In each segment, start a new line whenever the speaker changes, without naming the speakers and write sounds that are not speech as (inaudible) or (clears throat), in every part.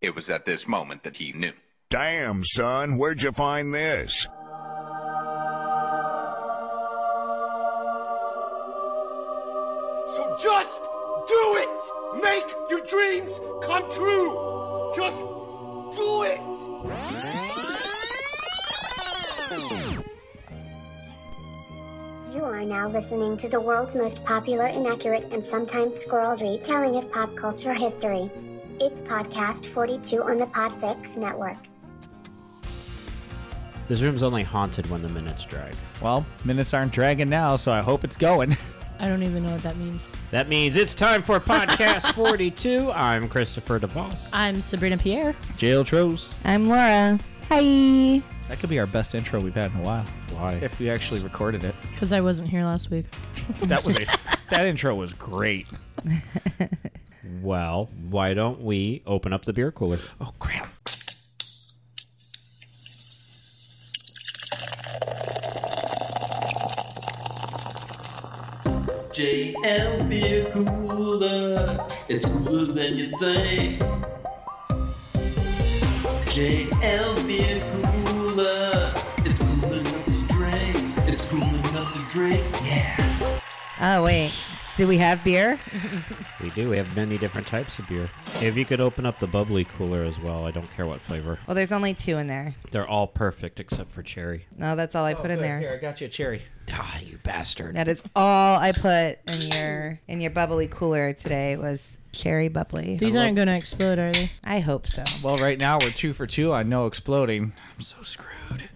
It was at this moment that he knew.
Damn, son, where'd you find this?
So just do it! Make your dreams come true! Just do it!
You are now listening to the world's most popular, inaccurate, and sometimes squirreled retelling of pop culture history. It's podcast 42 on the Podfix Network.
This room's only haunted when the minutes drag.
Well, minutes aren't dragging now, so I hope it's going. (laughs)
I don't even know what that means.
That means it's time for
(laughs)
podcast 42. I'm Christopher DeVos.
I'm Sabrina Pierre.
Jail Tros.
I'm Laura. Hi.
That could be our best intro we've had in a while.
Why?
If we actually recorded it.
Because I wasn't here last week.
That was a that intro was great.
(laughs) Well, why don't we open up the beer cooler?
Oh crap.
JL's beer cooler. It's cooler than you think. JL's beer cooler. It's cool enough to drink. It's cool enough to drink. Yeah.
Oh wait, do we have beer?
We do. We have many different types of beer. If you could open up the bubbly cooler as well, I don't care what flavor.
Well, there's only two in there.
They're all perfect except for cherry.
No, that's all I
Oh,
Oh, put in there.
Here, I got you a cherry.
Ah, you bastard.
That is all I put in your in your bubbly cooler today was cherry bubbly.
These aren't going to explode, are they?
I hope so.
Well, right now we're two for two on no exploding. I'm so screwed.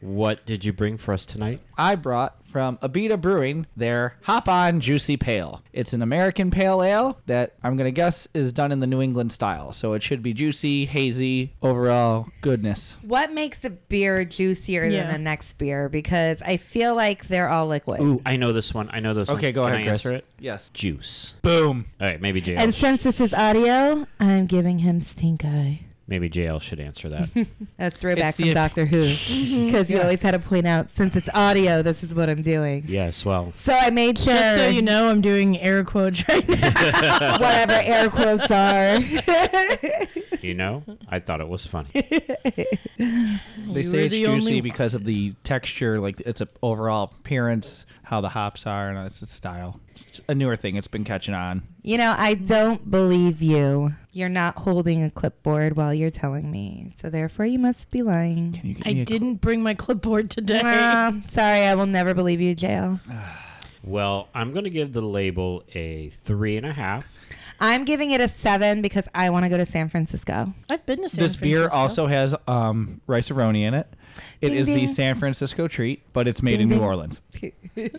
What did you bring for us tonight?
I brought from Abita Brewing their Hop On Juicy Pale. It's an American pale ale that I'm going to guess is done in the New England style. So it should be juicy, hazy, overall goodness.
What makes a beer juicier
Yeah.
than the next beer? Because I feel like they're all liquid.
Ooh, I know this one. I know this one.
Okay, go
Can
ahead,
I
Chris.
answer it?
Yes.
Juice.
Boom.
All right, maybe JL.
And since this is audio, I'm giving him stink eye.
maybe JL should answer
(laughs)
that.
That's throwback
It's the-
from Doctor Who. (laughs) Because you always had to point out, since it's audio, this is what I'm doing.
yes, well,
So I made sure
Just so you know, I'm doing air quotes right now.
(laughs) whatever air quotes are. (laughs)
you know, I thought it was funny.
They
You
say
were
it's
the
juicy
only-
because of the texture, like it's a overall appearance, how the hops are, and it's a style. It's a newer thing. It's been catching on.
You know, I don't believe you. You're not holding a clipboard while you're telling me. So therefore, you must be lying.
Can you give
I
me a cl-
didn't bring my clipboard today.
Ah, sorry, I will never believe you, Jail.
Well, I'm going to give the label a three and a half.
I'm giving it a seven because I want to go to San Francisco.
I've been to San
this beer
Francisco.
also has um, rice aroni in it. It
Ding,
is the
ding.
San Francisco treat, but it's made in New Orleans.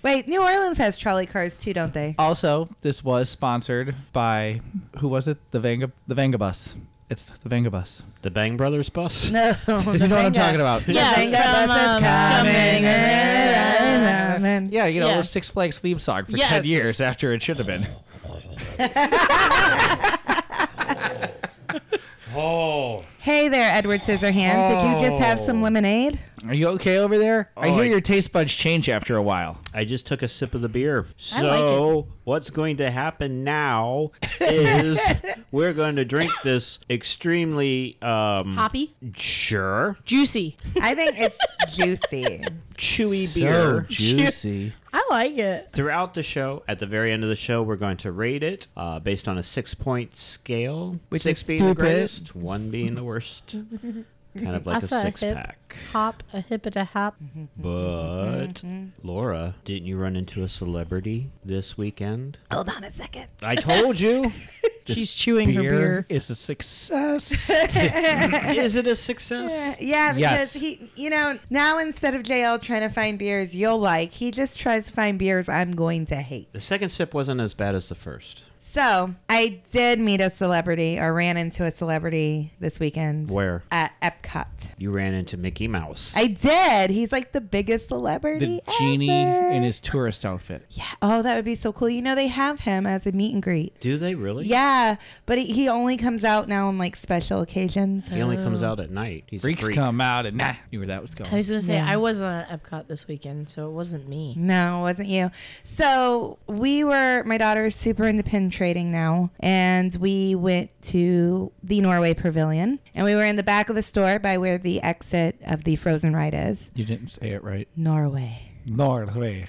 Wait, New Orleans has trolley cars too, don't they?
Also, this was sponsored by who was it? The Vanga the Vangabus. It's
(laughs)
the Vangabus.
The Bang Brothers bus?
No,
You know what I'm talking about?
Yeah,
Venga
from,
bus is
um,
coming.
coming.
Yeah, you know,
Yeah.
we're Six Flags theme song for ten
Yes.
years after it should
(sighs)
have been.
Hey there, Edward Scissorhands. Did you just have some
Oh.
lemonade?
Are you okay over there? I
Oh,
hear
I-
your taste buds change after a while.
I just took a sip of the beer. So, what's going to happen now
(laughs)
is we're going to drink this extremely, um,
Hoppy,
sure,
juicy.
I think
(laughs)
it's juicy.
chewy beer.
juicy.
I like it.
Throughout the show, at the very end of the show, we're going to rate it uh, based on a six point scale.
Which
six
is
being the
stupid.
greatest, one being the
(laughs)
worst. kind of like
Also
a
a
six
hip.
pack.
Hop a hip at a hop.
But
Mm-hmm.
Laura, didn't you run into a celebrity this weekend?
Hold on a second.
I told you.
She's chewing her beer.
(laughs) is a
(laughs)
success.
Is it a success?
Yeah,
Yes.
because he, you know, now instead of JL trying to find beers you'll like, he just tries to find beers I'm going to hate.
The second sip wasn't as bad as the first.
So I did meet a celebrity or ran into a celebrity this weekend.
Where?
At Epcot.
You ran into Mickey Mouse.
I did. He's like the biggest celebrity.
the genie
ever.
in his tourist outfit.
Yeah. Oh, that would be so cool. You know, they have him as a meet and greet.
Do they
Oh,
really?
Yeah, but he- he only comes out now on like special occasions.
He only
Oh.
comes out at night. He's
Freaks
a freak.
come out and nah, knew where that was
I
going.
was gonna say I wasn't at Epcot this weekend, so it wasn't me.
No, it wasn't you. So we were, my daughter's super into Pinterest, trading now. And we went to the Norway Pavilion. And we were in the back of the store by where the exit of the frozen ride is.
You didn't say it right.
Norway.
Norway.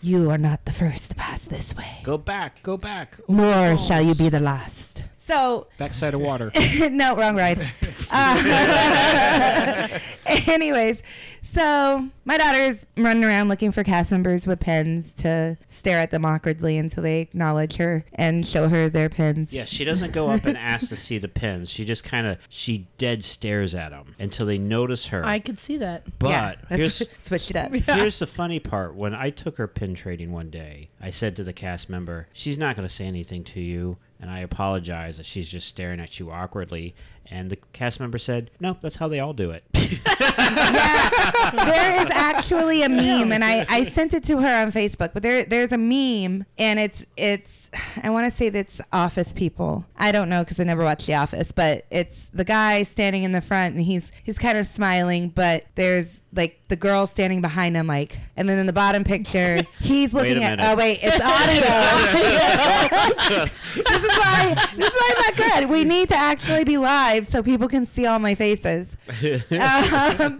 You are not the first to pass this way,
Go back, go back.
Oh.
nor shall you be the last. So
Backside of water.
(laughs) no, wrong ride. Uh, (laughs) anyways, so my daughter's running around looking for cast members with pins to stare at them awkwardly until they acknowledge her and show her their pins.
(laughs) Yeah, she doesn't go up and ask to see the pins. She just kind of she dead stares at them until they notice her.
I could see that.
but
Yeah, that's,
here's
(laughs) that's what she does.
here's the funny part. When I took her pin trading one day, I said to the cast member, "She's not going to say anything to you." And I apologize that she's just staring at you awkwardly. And the cast member said, "No, that's how they all do it." (laughs)
there is actually a meme and I, I sent it to her on Facebook, but there there's a meme and it's it's I want to say that's office people. I don't know cuz I never watched The Office, but it's the guy standing in the front and he's he's kind of smiling, but there's like the girl standing behind him like and then in the bottom picture he's looking at
minute.
oh wait it's audio this is why this is why i'm not good we need to actually be live so people can see all my faces um,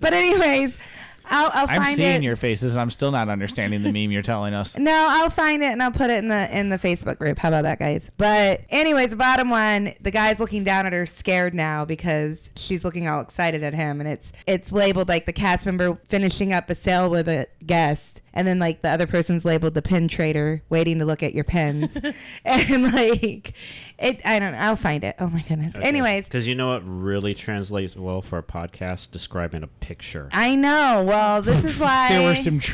but anyways, I'll, I'll
I'm
find
seeing
it.
your faces and I'm still not understanding the meme you're telling
(laughs)
us.
no, I'll find it and I'll put it in the in the Facebook group. How about that, guys? But anyways, the bottom one, the guy's looking down at her, scared now because she's looking all excited at him, and it's it's labeled like the cast member finishing up a sale with a guest, and then like the other person's labeled the pin trader, waiting to look at
(laughs)
your pins, and like it. I don't know. I'll find it. Oh my goodness. (laughs) Anyways,
because you know what really translates well for a podcast describing a picture.
I know. Well, this
(laughs)
is why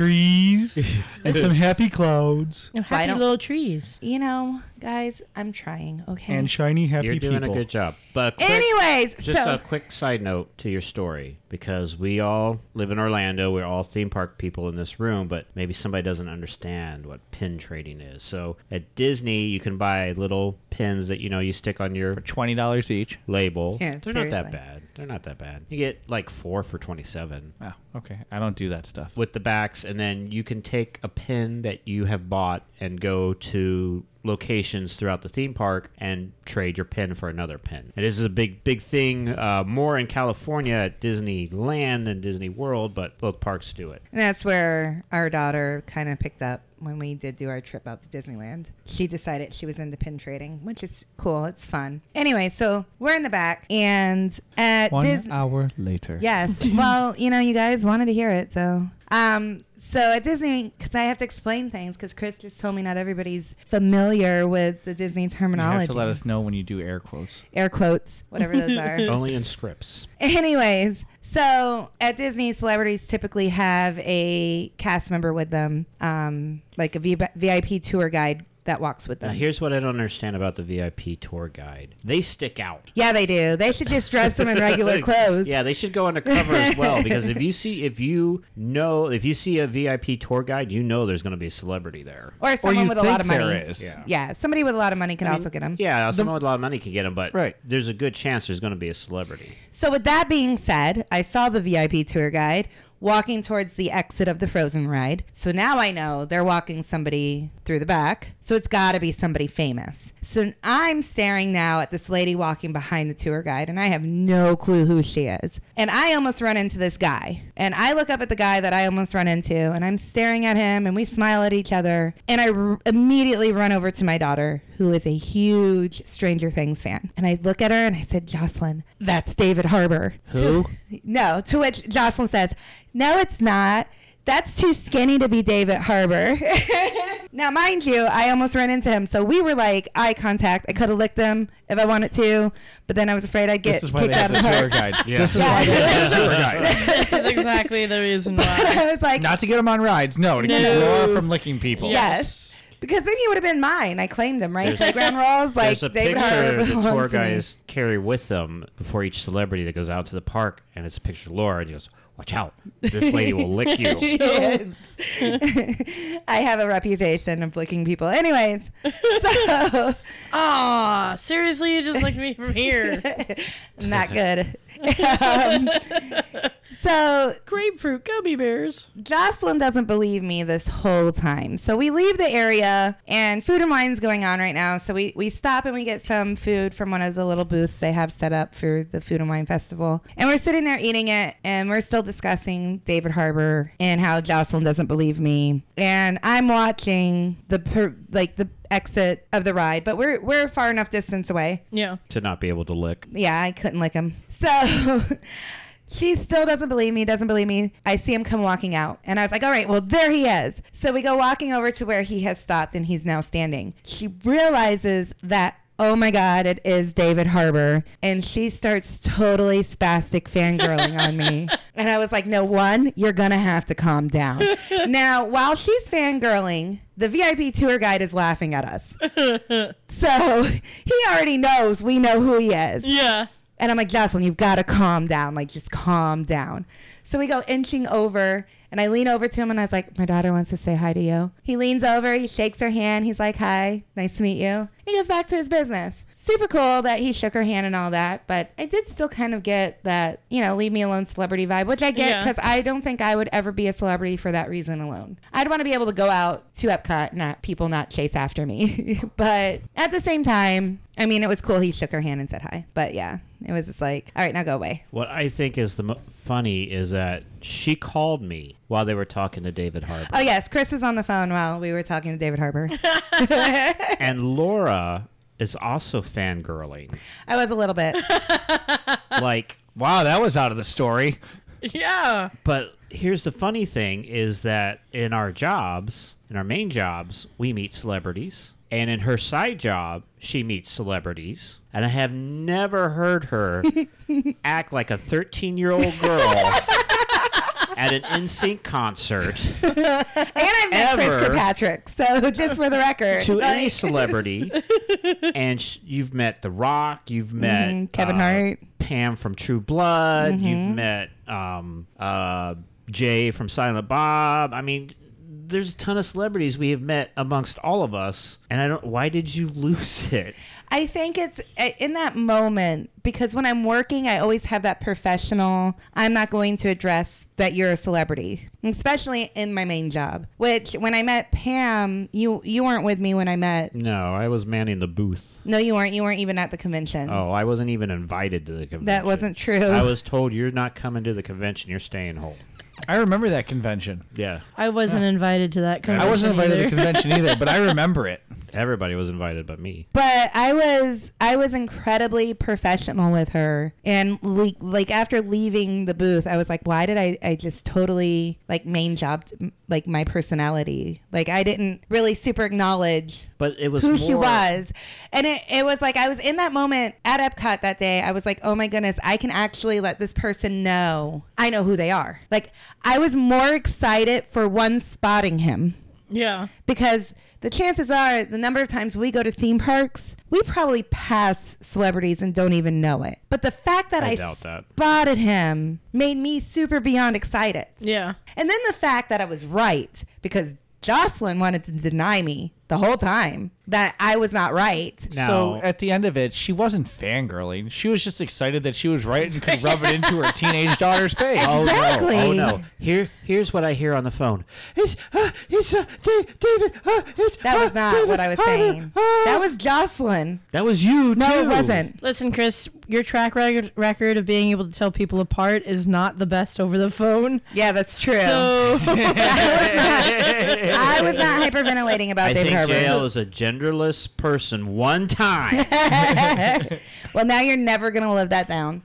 trees and some happy clouds
It's
why I
happy
don't-
little trees.
You know, guys, I'm trying. Okay.
shiny happy
You're doing a good job. But a quick-
Anyways,
Just
so
a quick side note to your story because we all live in Orlando. We're all theme park people in this room, but maybe somebody doesn't understand what pin trading is. So at Disney, you can buy little pins that you know you stick on your
Twenty dollars each.
label.
Yeah,
They're not that
seriously.
bad. They're not that bad. You get like four for 27
Oh, okay. I don't do that stuff.
with the backs, and then you can take a pin that you have bought and go to locations throughout the theme park and trade your pin for another pin. And this is a big, big thing, uh, more in California at Disneyland than Disney World, but both parks do it.
and that's where our daughter kind of picked up when we did do our trip out to Disneyland. She decided she was into pin trading, which is cool. It's fun. Anyway, so we're in the back and at
One
Disney.
hour later. (laughs)
Yes. well, you know, you guys wanted to hear it, so um, so at Disney, because I have to explain things, because Chris just told me not everybody's familiar with the Disney
You
terminology.
have to let us know when you do air quotes.
Air quotes, whatever
(laughs)
those are.
Only in scripts.
Anyways, so at Disney, celebrities typically have a cast member with them, um, like a V- VIP tour guide that walks with
Now,
them.
here's what I don't understand about the VIP tour guide they stick out.
yeah, they do. They should just dress them in
(laughs)
regular clothes.
Yeah, they should go undercover as well because if you see, if you know, if you see a VIP tour guide, you know there's going to be a celebrity there.
Or someone
you
with a lot
think
of money.
there is.
Yeah.
Yeah, somebody with a lot of money can also get them.
Yeah, someone with a lot of money can get him, but
Right.
there's a good chance there's going to be a celebrity.
So, with that being said, I saw the VIP tour guide walking towards the exit of the Frozen ride. So now I know they're walking somebody through the back. So it's got to be somebody famous. So I'm staring now at this lady walking behind the tour guide, and I have no clue who she is. And I almost run into this guy. And I look up at the guy that I almost run into, and I'm staring at him, and we smile at each other. And I r- immediately run over to my daughter, who is a huge Stranger Things fan. And I look at her and I said, Jocelyn, that's David Harbour. Who? no, to which Jocelyn says, No, it's not. That's too skinny to be David Harbour. (laughs) now, mind you, I almost ran into him. So we were like eye contact. I could have licked him if I wanted to, but then I was afraid I'd get
This is why
kicked
they have
out
the
of the
tour
park.
guide. This is why
Yeah.
they (laughs) have the tour guide.
this is exactly the reason why.
(laughs) I was
(laughs)
like,
Not to get them on rides. No, to keep Laura from licking people.
yes. Because then he would have been mine. I claimed him, right?
There's-
Playground rolls, like
there's a
David
picture
Harbour. (laughs)
the tour
belongs to me.
guys carry with them before each celebrity that goes out to the park, and it's a picture of Laura, and he goes, "Watch out, this lady will lick
(laughs)
you."
Yes. I have a reputation of licking people. Anyways, so
(laughs) Aw, (laughs)
(laughs)
seriously, you just like me from here.
not good. Um, So
Grapefruit gummy bears.
Jocelyn doesn't believe me this whole time. So we leave the area and food and wine's going on right now. So we, we stop and we get some food from one of the little booths they have set up for the food and wine festival. And we're sitting there eating it and we're still discussing David Harbour and how Jocelyn doesn't believe me. And I'm watching the per, like the exit of the ride, but we're we're far enough distance away
Yeah.
to not be able to lick.
yeah, I couldn't lick him. So (laughs) she still doesn't believe me, doesn't believe me. I see him come walking out. And I was like, all right, well, there he is. So we go walking over to where he has stopped and he's now standing. She realizes that. Oh my God, it is David Harbour. And she starts totally spastic fangirling on me. And I was like, no, one, you're going to have to calm down. now, while she's fangirling, the VIP tour guide is laughing at us. so (laughs) he already knows we know who he is.
Yeah.
And I'm like, Jocelyn, you've got to calm down. Like, just calm down. So we go inching over, and I lean over to him, and I was like, my daughter wants to say hi to you. He leans over, he shakes her hand. He's like, hi, nice to meet you. And he goes back to his business. Super cool that he shook her hand and all that, but I did still kind of get that, you know, leave me alone celebrity vibe, which I get
Yeah.
because I don't think I would ever be a celebrity for that reason alone. I'd want to be able to go out to Epcot, not people not chase after me. (laughs) but at the same time, I mean, it was cool. He shook her hand and said hi. But yeah, it was just like, all right, now go away.
What I think is the mo- funny is that she called me while they were talking to David Harbour.
(laughs) Oh, yes. Chris was on the phone while we were talking to David Harbour.
and Laura is also fangirling.
I was a little bit.
Like,
Wow, that was out of the story.
Yeah.
but here's the funny thing is that in our jobs, in our main jobs, we meet celebrities. And in her side job, she meets celebrities. And I have never heard her act like a 13 year old girl at an NSYNC concert.
And I've met Chris
Ever.
Kirkpatrick. So (laughs) just for the
(laughs)
record,
to any
(laughs)
celebrity, and sh- you've met The Rock, you've met
Mhm, Kevin
uh,
Hart. Mm-hmm.
Pam from True Blood, you've met um, uh, Jay from Silent Bob. I mean, there's a ton of celebrities we have met amongst all of us, and I don't. Why did you lose (laughs) it?
I think it's uh, in that moment because when I'm working, I always have that professional. I'm not going to address that you're a celebrity, especially in my main job. Which when I met Pam, you you weren't with me when I met.
No, I was manning the booth.
No, you weren't. You weren't even at the convention.
Oh, I wasn't even invited to the convention.
That wasn't true.
I was told you're not coming to the convention. You're staying home.
I remember that convention.
Yeah,
I wasn't invited to that convention.
I wasn't invited to
either.
the convention either, but I remember it.
everybody was invited but me.
but I was I was incredibly professional with her, and le- like after leaving the booth, I was like, why did I I just totally like main job like my personality? Like I didn't really super acknowledge
But it was
who
more,
she was. And it, it was like I was in that moment at Epcot that day. I was like, oh my goodness, I can actually let this person know I know who they are. Like I was more excited for one spotting him
Yeah.
because the chances are the number of times we go to theme parks, we probably pass celebrities and don't even know it. But the fact that
I
I,
doubt that.
spotted him made me super beyond excited.
Yeah.
And then the fact that I was right because Jocelyn wanted to deny me the whole time that I was not right.
Now,
(laughs) So at the end of it, she wasn't fangirling. She was just excited that she was right and could rub it into (laughs) her teenage daughter's face.
Oh, no. Exactly.
Oh no! Here, here's what I hear on the phone. It's, uh, it's uh, Da- David. Uh, it's,
That was
uh,
not
David
what I was
Harbour,
saying.
uh."
That was Jocelyn.
that was you.
No, it
too.
wasn't.
Listen, Chris, your track record, record of being able to tell people apart is not the best over the phone.
Yeah, that's true.
So (laughs)
(laughs) I was not hyperventilating about
I
David
think
Harbour.
JL is a genderless person. One
(laughs)
time.
Well, now you're never gonna live that down.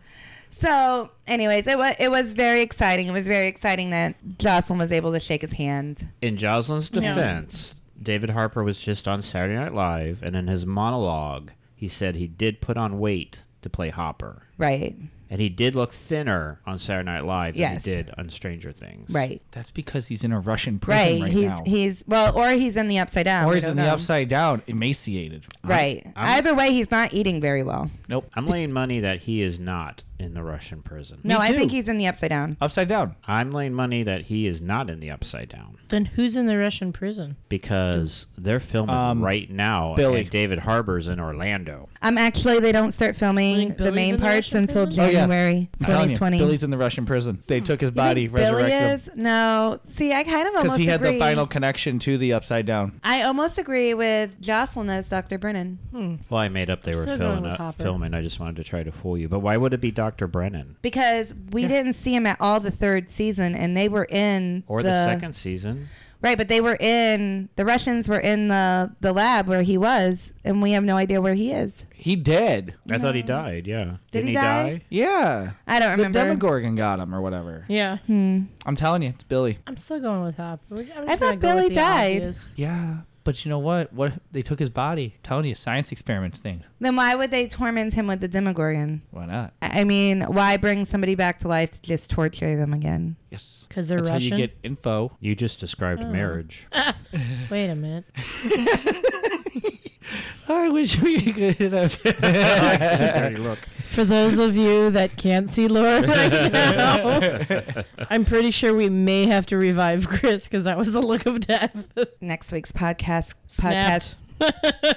So, anyways, it was it was very exciting. It was very exciting that Jocelyn was able to shake his hand.
In Jocelyn's defense, David Harper was just on Saturday Night Live, and in his monologue, he said he did put on weight to play Hopper.
Right,
And he did look thinner on Saturday Night Live
Yes.
than he did on Stranger Things.
right,
That's because he's in a Russian prison
right.
right,
he's
now.
he's well, or he's in the upside down.
or
I
he's
don't
in the
know.
upside down, emaciated.
Right. Either way, he's not eating very well.
Nope. I'm laying money that he is not. in the Russian prison.
No, I
too.
think he's in the upside down.
Upside down.
I'm laying money that he is not in the Upside Down
Then who's in the Russian prison?
because they're filming
Um,
right now.
Billy.
and David Harbor's in Orlando.
I'm Um, actually they don't start
You
filming
think
the
Billy's
main
in the
parts
Russian
until
prison?
Oh, yeah.
January
I'm telling you,
2020.
Billy's in the Russian prison. They took his body,
Billy
resurrected him.
is no. See, I kind of
Because
almost
he had
agree.
the final connection to the upside down.
I almost agree with Jocelyn as Dr. Brennan.
Well, I made up they were
Still going
filming
with
up,
Hopper.
filming. I just wanted to try to fool you. But why would it be Dr. Brennan
because we didn't see him at all the third season and they were in
or the, second season?
right but they were in the russians were in the the lab where he was and we have no idea where he is
He did.
I thought he died. Yeah.
Did he die?
Yeah.
i don't
The
remember
Demogorgon got him or whatever.
Yeah.
I'm telling you, it's Billy.
I'm still going with Hop. We're- I'm just
I
gonna
thought
go with
Billy
the
died.
obvious.
Yeah, but you know what? What they took his body. telling you, science experiments things.
then why would they torment him with the demogorgon
Why not?
i I mean why bring somebody back to life to just torture them again
Yes.
'Cause they're
That's how
Russian?
you get info.
You just described
Oh. (laughs)
marriage.
Wait a minute.
I wish we could. (laughs) Have.
Dirty look.
For those of you that can't see Laura right now, I'm pretty sure we may have to revive Chris because that was the look of death. (laughs)
next week's podcast
Snapped.
podcast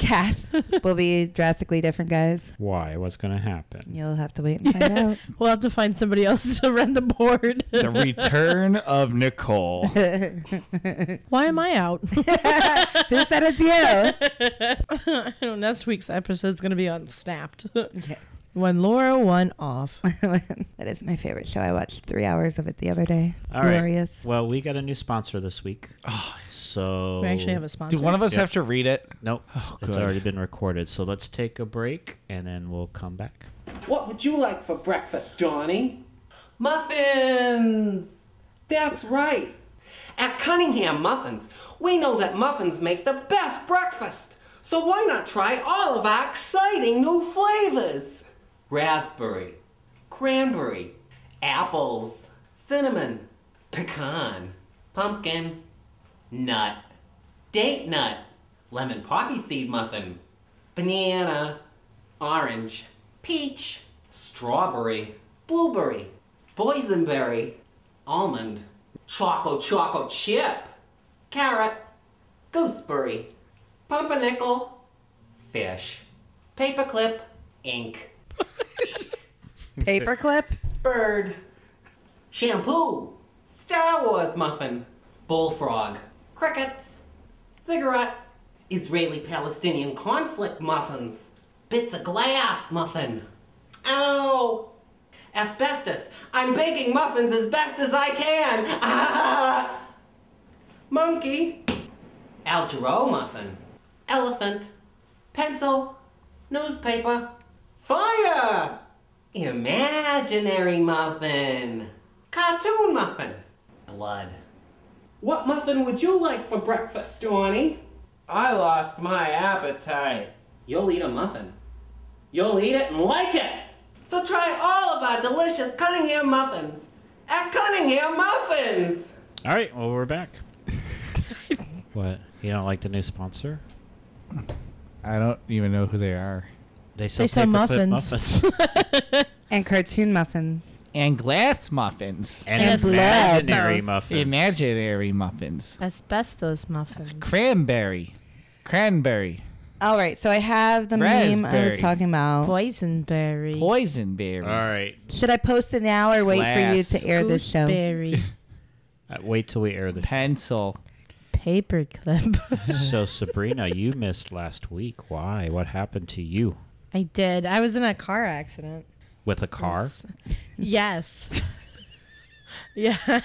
cast will be drastically different guys
Why? What's going to happen?
you'll have to wait and find out
We'll have to find somebody else to run the board.
the return of Nicole.
(laughs) Why am I out? (laughs)
who said it's you (laughs)
I know next week's episode's gonna be on Snapped. When Laura won off.
that is my favorite show i watched three hours of it the other day
All right.
glorious
Well, we got a new sponsor this week.
Oh,
so
We actually have a sponsor.
Oh. Do one of us have to read it?
Nope,
Oh,
it's already been recorded. So let's take a break and then we'll come back.
What would you like for breakfast, Johnny? Muffins! That's right. At Cunningham Muffins, we know that muffins make the best breakfast. So why not try all of our exciting new flavors? Raspberry, cranberry, apples, cinnamon, pecan, pumpkin, nut, date nut, lemon poppy seed muffin, banana, orange, peach, strawberry, blueberry, boysenberry, almond, choco choco chip, carrot, gooseberry, pumpernickel, fish, paperclip, ink,
paperclip
bird, shampoo, Star Wars muffin, bullfrog, crickets, cigarette, Israeli Palestinian conflict muffins, bits of glass muffin. Ow! Asbestos, I'm baking muffins as best as I can! Ah! (laughs) Monkey, Al Jarreau muffin, elephant, pencil, newspaper, fire! Imaginary muffin. Cartoon muffin. Blood. What muffin would you like for breakfast, Donnie? I lost my appetite. You'll eat a muffin. You'll eat it and like it. So try all of our delicious Cunningham muffins at Cunningham Muffins.
All right, well, we're back. what? You don't like the new sponsor?
I don't even know who they are.
They sell,
They sell
paperclip
muffins.
muffins.
and cartoon muffins
And glass muffins.
and
And blood.
imaginary
Those.
muffins.
Imaginary muffins.
Asbestos muffins.
Cranberry. Cranberry.
All right, so I have the meme I
Raspberry.
was talking about.
Poisonberry.
Poisonberry.
All right,
Should I post it now or wait for you
Glass.
to air this
(laughs)
show?
Gooseberry.
Uh, wait till we air this.
Pencil.
Paperclip.
so, Sabrina, you missed last week. Why? What happened to you?
I did. I was in a car accident.
With a car?
Yes. yeah.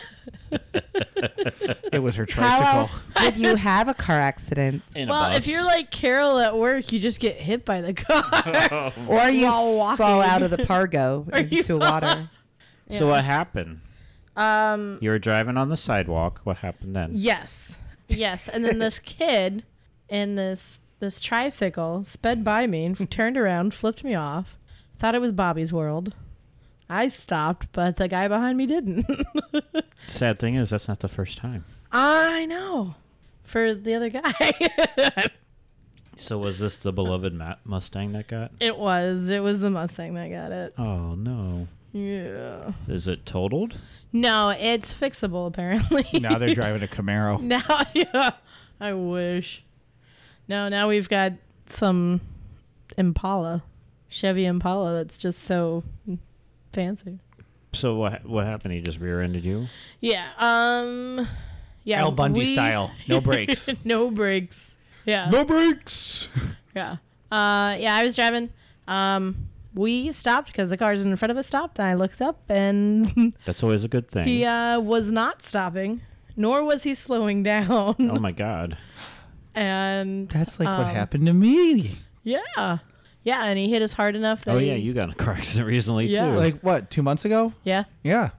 It was her
How else did you have a car accident?
In a
Well,
bus.
if you're like Carol at work, you just get hit by
(laughs)
the car.
Or you
While walking.
fall out of
(laughs)
the pargo
you
into water.
So, what happened?
um.
You were driving on the sidewalk. What happened then?
Yes. Yes. And then (laughs) this kid in this this tricycle sped by me (laughs) and turned around, flipped me off. Thought it was Bobby's World. I stopped, but the guy behind me didn't. (laughs)
Sad thing is, that's not the first time.
I know. For the other guy, (laughs)
So, was this the beloved Ma- Mustang that got?
it was it was the Mustang that got it.
Oh, no.
Yeah.
Is it totaled?
No, it's fixable apparently.
Now (laughs) they're driving a Camaro.
(laughs) now, yeah, I wish. No, now we've got some Impala, Chevy Impala. That's just so fancy.
So what? What happened? He just rear-ended you.
Yeah. Um. Yeah.
Al Bundy
we-
style.
(laughs)
No brakes.
no brakes. Yeah.
no brakes.
Yeah. Uh, yeah, I was driving. Um, we stopped because the cars in front of us stopped. And I looked up and (laughs)
That's always a good thing.
he uh, was not stopping, nor was he slowing (laughs) down.
Oh my god.
And
That's like what happened to me.
yeah. Yeah. And he hit us hard enough that.
Oh
he-
yeah, you got in a car (laughs) accident recently
Yeah.
too.
Like what? Two months ago?
Yeah.
Yeah.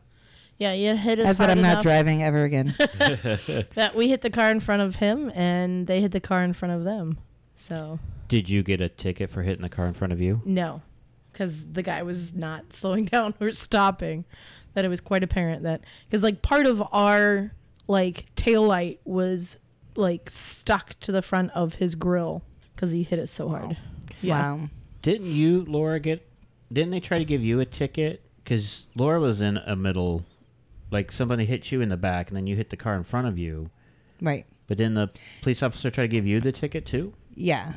Yeah. He hit us
I said
hard
I'm not
enough
driving ever
(laughs)
again.
that we hit the car in front of him and they hit the car in front of them. So,
Did you get a ticket for hitting the car in front of you?
no. Because the guy was not (laughs) slowing down or stopping. that it was quite apparent that because like part of our like taillight was like stuck to the front of his grill because he hit it so hard
Wow.
Didn't you, Laura, get? Didn't they try to give you a ticket? Because Laura was in a middle, like somebody hit you in the back, and then you hit the car in front of you.
Right.
But didn't the police officer try to give you the ticket too?
Yeah.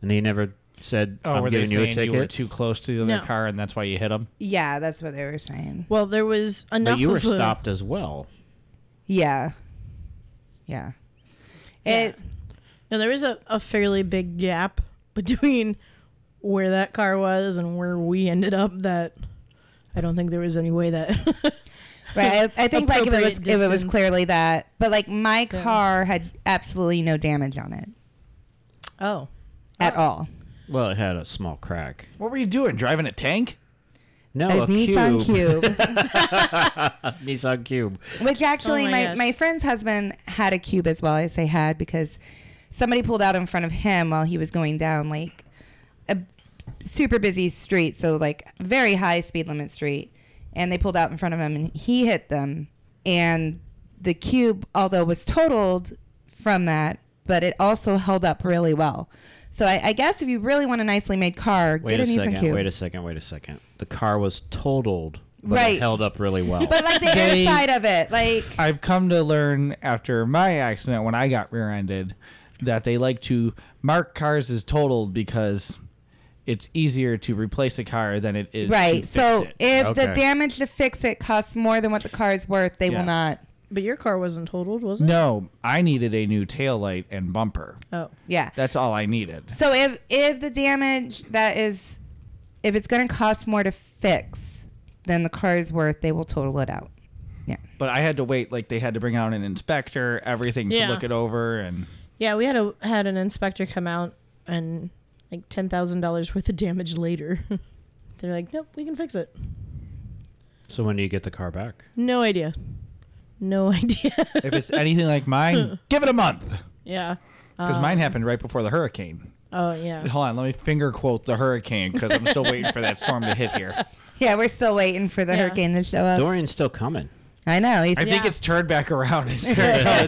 And he never said,
Oh,
"I'm
were they
giving you a
saying you were
ticket."
too close to the other
No.
car and that's why you hit him?
Yeah, that's what they were saying.
well there was enough
but you were
of a-
stopped as well.
Yeah. Yeah. It
no there was a, a fairly big gap (laughs) between where that car was and where we ended up that i don't think there was any way that (laughs)
right. I, I think like if it was
Appropriate
if it was
distance.
clearly that, but like my car had absolutely no damage on it
oh
at all.
Well, it had a small crack.
What were you doing? Driving a tank?
No,
A
Oh, a
Nissan
cube.
Cube.
(laughs) Nissan Cube.
Which actually,
Oh my
my, my,
gosh.
friend's husband had a cube as well. I say had because somebody pulled out in front of him while he was going down like a super busy street. So, like, very high speed limit street. And they pulled out in front of him and he hit them. And the cube, although was totaled from that, but it also held up really well. So, I, I guess if you really want a nicely made car,
Wait
get
a
a Nissan
second.
Cube.
Wait a second. Wait a second. The car was totaled, but
Right.
it held up really well. (laughs)
but, like, the
They-
inside of it, like,
I've come to learn after my accident when I got rear-ended that they like to mark cars as totaled because it's easier to replace a car than it is to
right.
fix
So,
it.
if the
Okay.
damage to fix it costs more than what the car is worth, they
Yeah.
will not.
but your car wasn't totaled was it
no, I needed a new taillight and bumper.
oh
Yeah.
That's all I needed.
So if if the damage that is, if it's going to cost more to fix than the car is worth, they will total it out. Yeah.
But I had to wait like they had to bring out an inspector, everything
Yeah.
to look it over and
Yeah, we had a had an inspector come out and like ten thousand dollars worth of damage later. (laughs) They're like, nope, we can fix it.
so when do you get the car back?
No idea. No (laughs) idea.
if it's anything like mine, give it a month.
yeah.
Because mine happened right before the hurricane.
Oh yeah.
Hold on, let me finger quote the hurricane because I'm still waiting for that storm to hit here.
Yeah, we're still waiting for the
Yeah.
hurricane to show up.
Dorian's still coming.
I know. He's,
I think
Yeah.
it's turned back around. and started going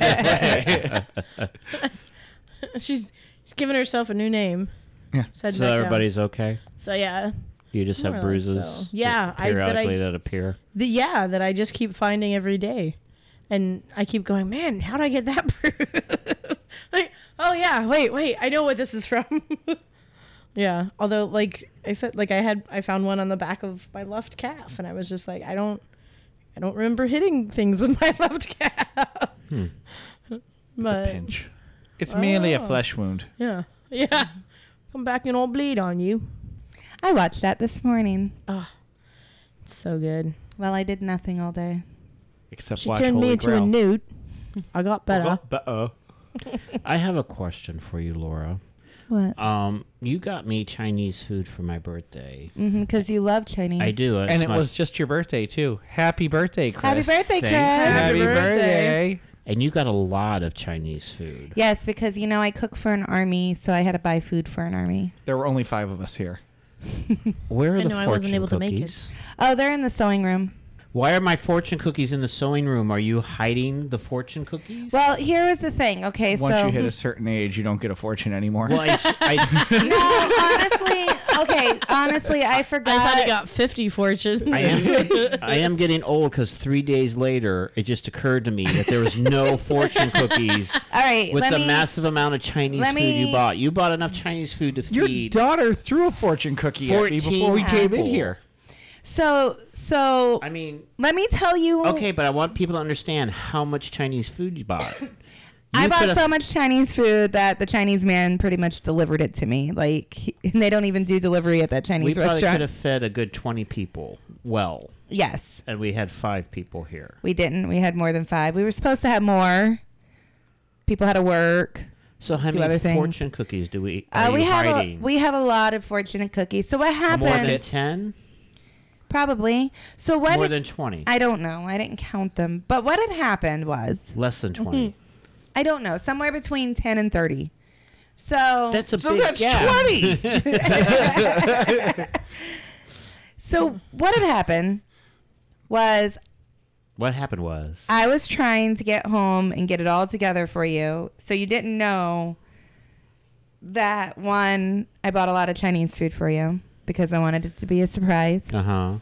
this way.
She's she's giving herself a new name.
Yeah.
It's heading
So
back down.
everybody's okay.
So yeah.
You just have
More or less
bruises.
so.
just
Yeah, I- but
periodically
I-
that appear.
The yeah that I just keep finding every day, and I keep going, man, how do I get that (laughs) bruise? like, oh yeah, wait, wait, I know what this is from. (laughs) yeah, although like I said, like I had I found one on the back of my left calf, and I was just like, I don't, I don't remember hitting things with my (laughs) left calf.
Hmm.
(laughs) But
Pinch. (laughs) It's merely a flesh wound.
yeah, yeah, come back and I'll bleed on you.
I watched that this morning.
So good.
Well, I did nothing all day.
Except
She
watch
turned
Holy
me into
Grail.
a newt. I got better.
uh
I have a question for you, Laura.
What?
Um, you got me Chinese food for my birthday.
Because Mm-hmm, you love Chinese.
I do. It's
And it
my-
was just your birthday too. Happy birthday, Chris.
Happy birthday,
Thank
Chris.
Happy
birthday.
birthday.
And you got a lot of Chinese food.
Yes, because you know I cook for an army, so I had to buy food for an army.
There were only five of us here.
Where are
I
the
know, I
fortune
wasn't able to make it.
cookies?
Oh, they're in the sewing room.
Why are my fortune cookies in the sewing room? Are you hiding the fortune cookies?
Well, here was the thing. Okay,
Once
so
you hit a certain age, you don't get a fortune anymore.
Well, I, I,
honestly, okay, honestly, I
I
forgot.
thought he got 50 fortune.
I am I am getting old because three days later, it just occurred to me that there was no fortune cookies.
All right,
with
let
the
me-
massive amount of Chinese
let
food
me-
you bought, you bought enough Chinese food to
Your
feed.
daughter threw a fortune cookie at
14
me before we came in
people.
here.
so, so
I mean,
let me tell you.
okay, but I want people to understand how much Chinese food you
(laughs)
bought.
I
You
bought
could've-
so much Chinese food that the Chinese man pretty much delivered it to me. Like, he- (laughs) they don't even do delivery at that
We
Chinese
probably
restaurant.
could have fed a good twenty people well,
Yes,
and we had five people here.
we didn't. We had more than five. We were supposed to have more. People had to work.
So how
Do
many
other things.
fortune cookies do we? Are
Uh, we
you
have
hiding?
a, we have a lot of fortune cookies. So what happened?
more than ten,
Probably. So what?
more
did-
than twenty,
I don't know. I didn't count them. But what had happened was
less than 20
Mm-hmm. I don't know. Somewhere between ten and thirty. So
That's a
So
big
that's
gap.
20.
so what had happened was
What happened was
I was trying to get home and get it all together for you. So you didn't know that one, I bought a lot of Chinese food for you because I wanted it to be a surprise.
uh huh.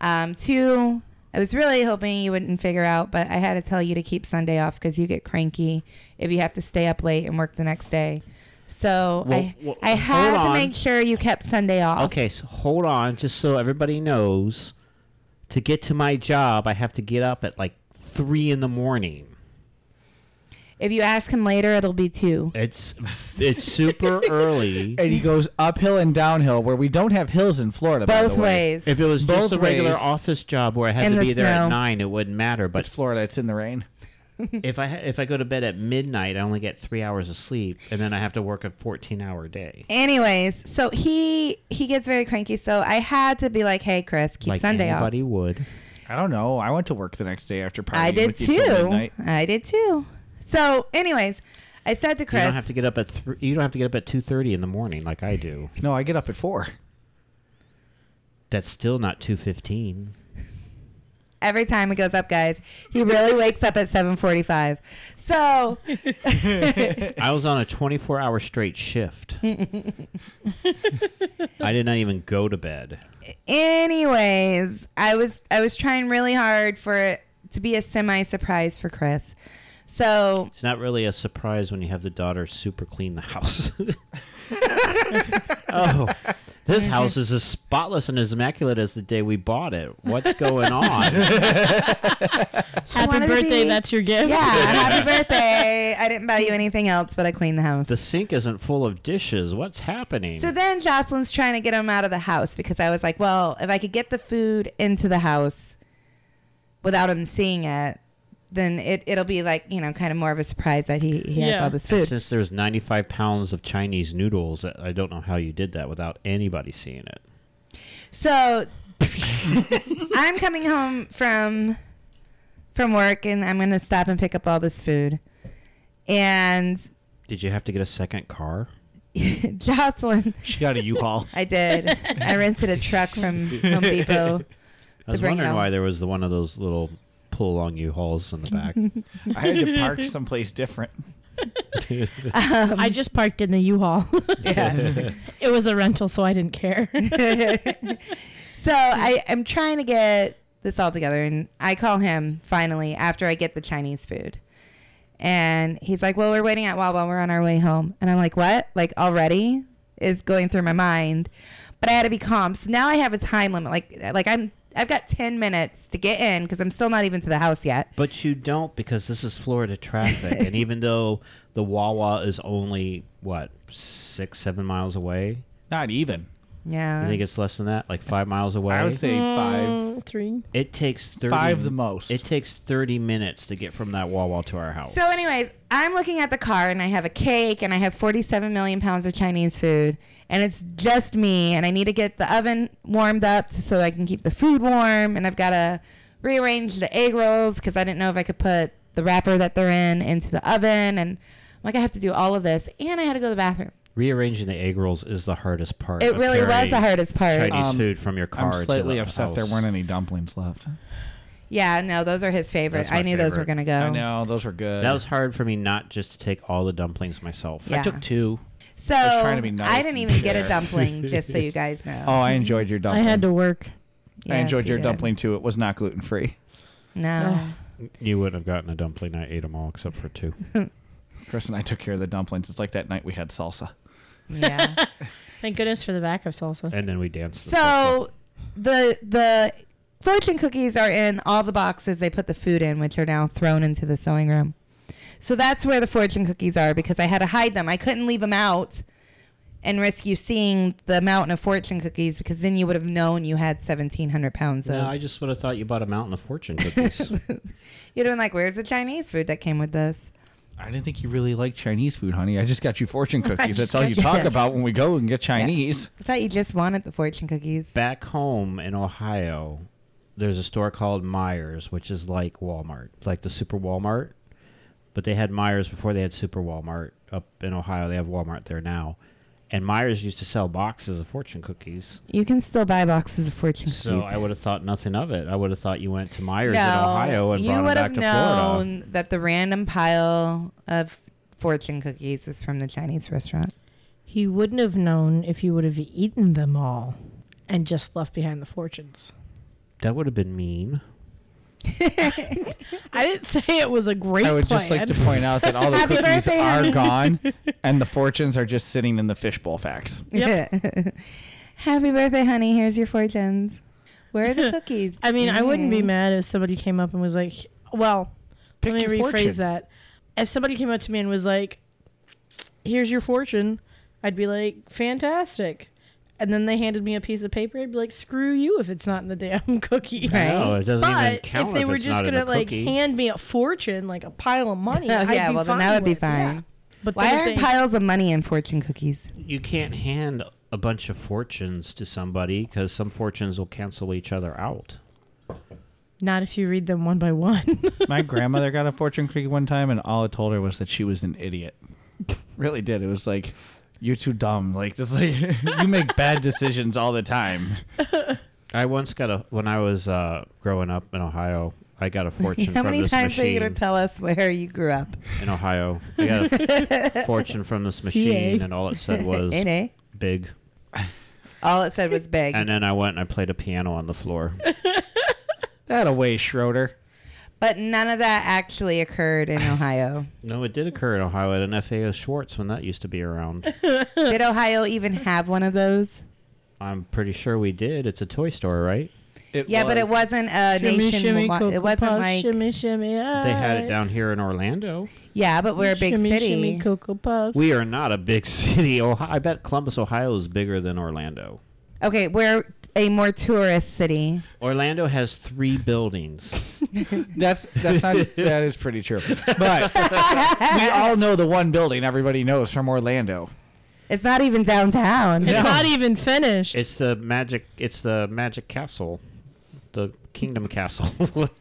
Um, two, I was really hoping you wouldn't figure out, but I had to tell you to keep Sunday off because you get cranky if you have to stay up late and work the next day. So I,
Well, well,
I had
hold
to
on.
make sure you kept Sunday off.
Okay, so hold on, just so everybody knows. To get to my job, I have to get up at like three in the morning.
If you ask him later, it'll be two.
It's it's super
(laughs)
early.
And he goes uphill and downhill where we don't have hills in Florida. by
Both
the way.
ways.
If it was just
Both
a regular
ways.
office job where I had
In
to
the
be there
snow.
at nine, it wouldn't matter.
It's
But
Florida. It's in the rain.
if I ha- if I go to bed at midnight, I only get three hours of sleep, and then I have to work a fourteen hour day.
Anyways, so he he gets very cranky. So I had to be like, "Hey, Chris, keep
like
Sunday off."
anybody would.
I don't know. I went to work the next day after partying
I did
with you till
too.
midnight.
I did too. So, anyways, I said to
You
Chris,
don't have to get up at three. You don't have to get up at two thirty in the morning like I do.
No, I get up at four.
That's still not two fifteen.
every time he goes up, guys,
(laughs)
he really wakes up at seven forty-five. So
(laughs) I was on a 24 hour straight shift. I did not even go to bed.
anyways i was i was trying really hard for it to be a semi surprise for chris so
It's not really a surprise when you have the daughter super clean the house. (laughs) oh, this house is as spotless and as immaculate as the day we bought it. What's going on?
(laughs) Happy
wanted to
birthday.
be-
That's your gift.
(laughs) yeah happy birthday i didn't buy you anything else but i cleaned the house
The sink isn't full of dishes. What's happening?
so then jocelyn's trying to get him out of the house because i was like well if i could get the food into the house without him seeing it then it, it'll be like you know kind of more of a surprise that he, he has
Yeah.
all this
And
food
since there's 95 pounds of Chinese noodles, I don't know how you did that without anybody seeing it.
So (laughs) I'm coming home from from work and I'm gonna stop and pick up all this food. And (laughs)
Did you have to get a second car?
Jocelyn,
She got a U-Haul.
I did.
(laughs)
I rented a truck from Home
I
Depot.
was
bring it
wondering
home.
why there was the one of those little pull along you hauls in the
(laughs)
back.
(laughs) I had to park someplace different.
I just parked in
(laughs)
the U-Haul.
Yeah.
it was a rental, so I didn't care.
So I am trying to get this all together and I call him finally after I get the Chinese food. And he's like, Well, we're waiting at Wawa, we're on our way home. And I'm like, What? Like already is going through my mind. But I had to be calm. So now I have a time limit. Like like I'm I've got ten minutes to get in because I'm still not even to the house yet.
But you don't because this is Florida traffic,
(laughs)
and even though the Wawa is only what six, seven miles away,
Not even.
I
Yeah.
think it's less than that, like five miles away.
I would say five.
(laughs) Three.
it takes thirty.
Five the most.
It takes thirty minutes to get from that Wawa to our house.
So, anyways, I'm looking at the car and I have a cake and I have 47 million pounds of Chinese food and it's just me and I need to get the oven warmed up so I can keep the food warm and I've got to rearrange the egg rolls because I didn't know if I could put the wrapper that they're in into the oven and I'm like I have to do all of this and I had to go to the bathroom.
Rearranging the egg rolls is the hardest part.
It
of
really was
carrying
the hardest part.
Chinese
Um,
food from your car.
I'm
to
slightly
the
upset
house.
there weren't any dumplings left.
Yeah, no, those are his favorite.
That's my
I knew those were gonna
favorite.
go.
I know those were good.
That was hard for me not just to take all the dumplings myself.
Yeah.
I took two.
So
was
I,
trying to be nice
didn't
and
even get a
fair.
dumpling, just so
(laughs)
you guys know.
Oh, I enjoyed your
I
dumpling.
had to work.
I
Yes,
enjoyed
you
your
did.
dumpling too. It was not gluten free.
No,
You wouldn't have gotten a dumpling. I ate them all except for
(laughs)
two.
Chris and I took care of the dumplings. It's like that night we had salsa.
(laughs)
yeah.
Thank goodness for the backup salsa.
And then we danced. the salsa.
So the the fortune cookies are in all the boxes they put the food in, which are now thrown into the sewing room. So that's where the fortune cookies are because I had to hide them. I couldn't leave them out and risk you seeing the mountain of fortune cookies because then you would have known you had seventeen hundred pounds of.
No, I just would have thought you bought a mountain of fortune
(laughs)
cookies.
You'd have been like, "Where's the Chinese food that came with this?"
I didn't think you really liked Chinese food, honey. I just got you fortune
(laughs)
cookies. That's
just
all
got
you
you-
talk about when we go and get Chinese.
(laughs)
I thought you just wanted the fortune cookies.
Back home in Ohio, there's a store called Myers, which is like Walmart, like the Super Walmart. But they had Myers before they had Super Walmart up in Ohio. They have Walmart there now. And Myers used to sell boxes of fortune cookies.
You can still buy boxes of fortune cookies.
So I would have thought nothing of it. I would have thought you went to Myers in Ohio and
you
brought them
would
back
have
to
known
Florida.
that the random pile of fortune cookies was from the Chinese restaurant.
He wouldn't have known if you would have eaten them all and just left behind the fortunes.
That would have been mean.
I didn't say it was a great
I would
plan.
just like to point out that all the
Happy
cookies
birthday,
are
(laughs)
honey.
gone and the fortunes are just sitting in the fishbowl facts. (laughs)
Happy birthday, honey. Here's your fortunes.
(laughs)
Where are the cookies? Mm.
I mean, I wouldn't be mad if somebody came up and was like, well,
Pick
let me
your
rephrase
fortune.
that. If somebody came up to me and was like, here's your fortune, I'd be like, fantastic. And then they handed me a piece of paper, I'd be like, screw you if it's not in the damn (laughs) cookie.
Right.
No, it doesn't even
But
count
if they
if
were
it's
just
not in
gonna
the
like
cookie.
hand me a fortune, like a pile of money,
Oh,
I'd
yeah,
be
well,
fine
then that would be
with, yeah.
fine.
But
Why
then if
aren't
they-
piles of money in fortune cookies?
you can't hand a bunch of fortunes to somebody because some fortunes will cancel each other out.
Not if you read them one by one. (laughs)
My grandmother got a fortune cookie one time, and all it told her was that she was an
(laughs)
idiot. Really did. It was like, you're too dumb. Like, just like, (laughs) you make bad decisions all the time.
I once got a when I was uh, growing up in Ohio. I got a
(laughs)
fortune
How
from
many
this
times are you
machine
going to tell us where you grew up?
in Ohio. I got a
(laughs)
f- fortune from this machine, and all it said was
In a?
"big."
All it said was big.
And uh, then I went and I played a piano on the
(laughs)
floor.
That away, Schroeder.
But none of that actually
(laughs)
occurred
(laughs)
in Ohio.
No, it did occur in Ohio at an FAO Schwartz when that used to be
(laughs)
around.
Did Ohio even have one of those?
I'm pretty sure we did. It's a toy store, right?
Yeah, but it wasn't a
shimmy,
nation.
shimmy, cocoa
it wasn't
puffs,
like
shimmy, shimmy. ah.
They had
Uh,
it down here in Orlando.
yeah, but we're a big
shimmy,
city.
Shimmy, cocoa puffs.
We are not a big (laughs) city. Ohio. I bet Columbus, Ohio is bigger than Orlando.
Okay, we're a more tourist city.
Orlando has three buildings.
That's that's (laughs) not that is pretty true. But we all know the one building everybody knows from Orlando.
It's not even downtown.
It's not even finished.
It's the magic. It's the magic castle, the kingdom castle, (laughs) What?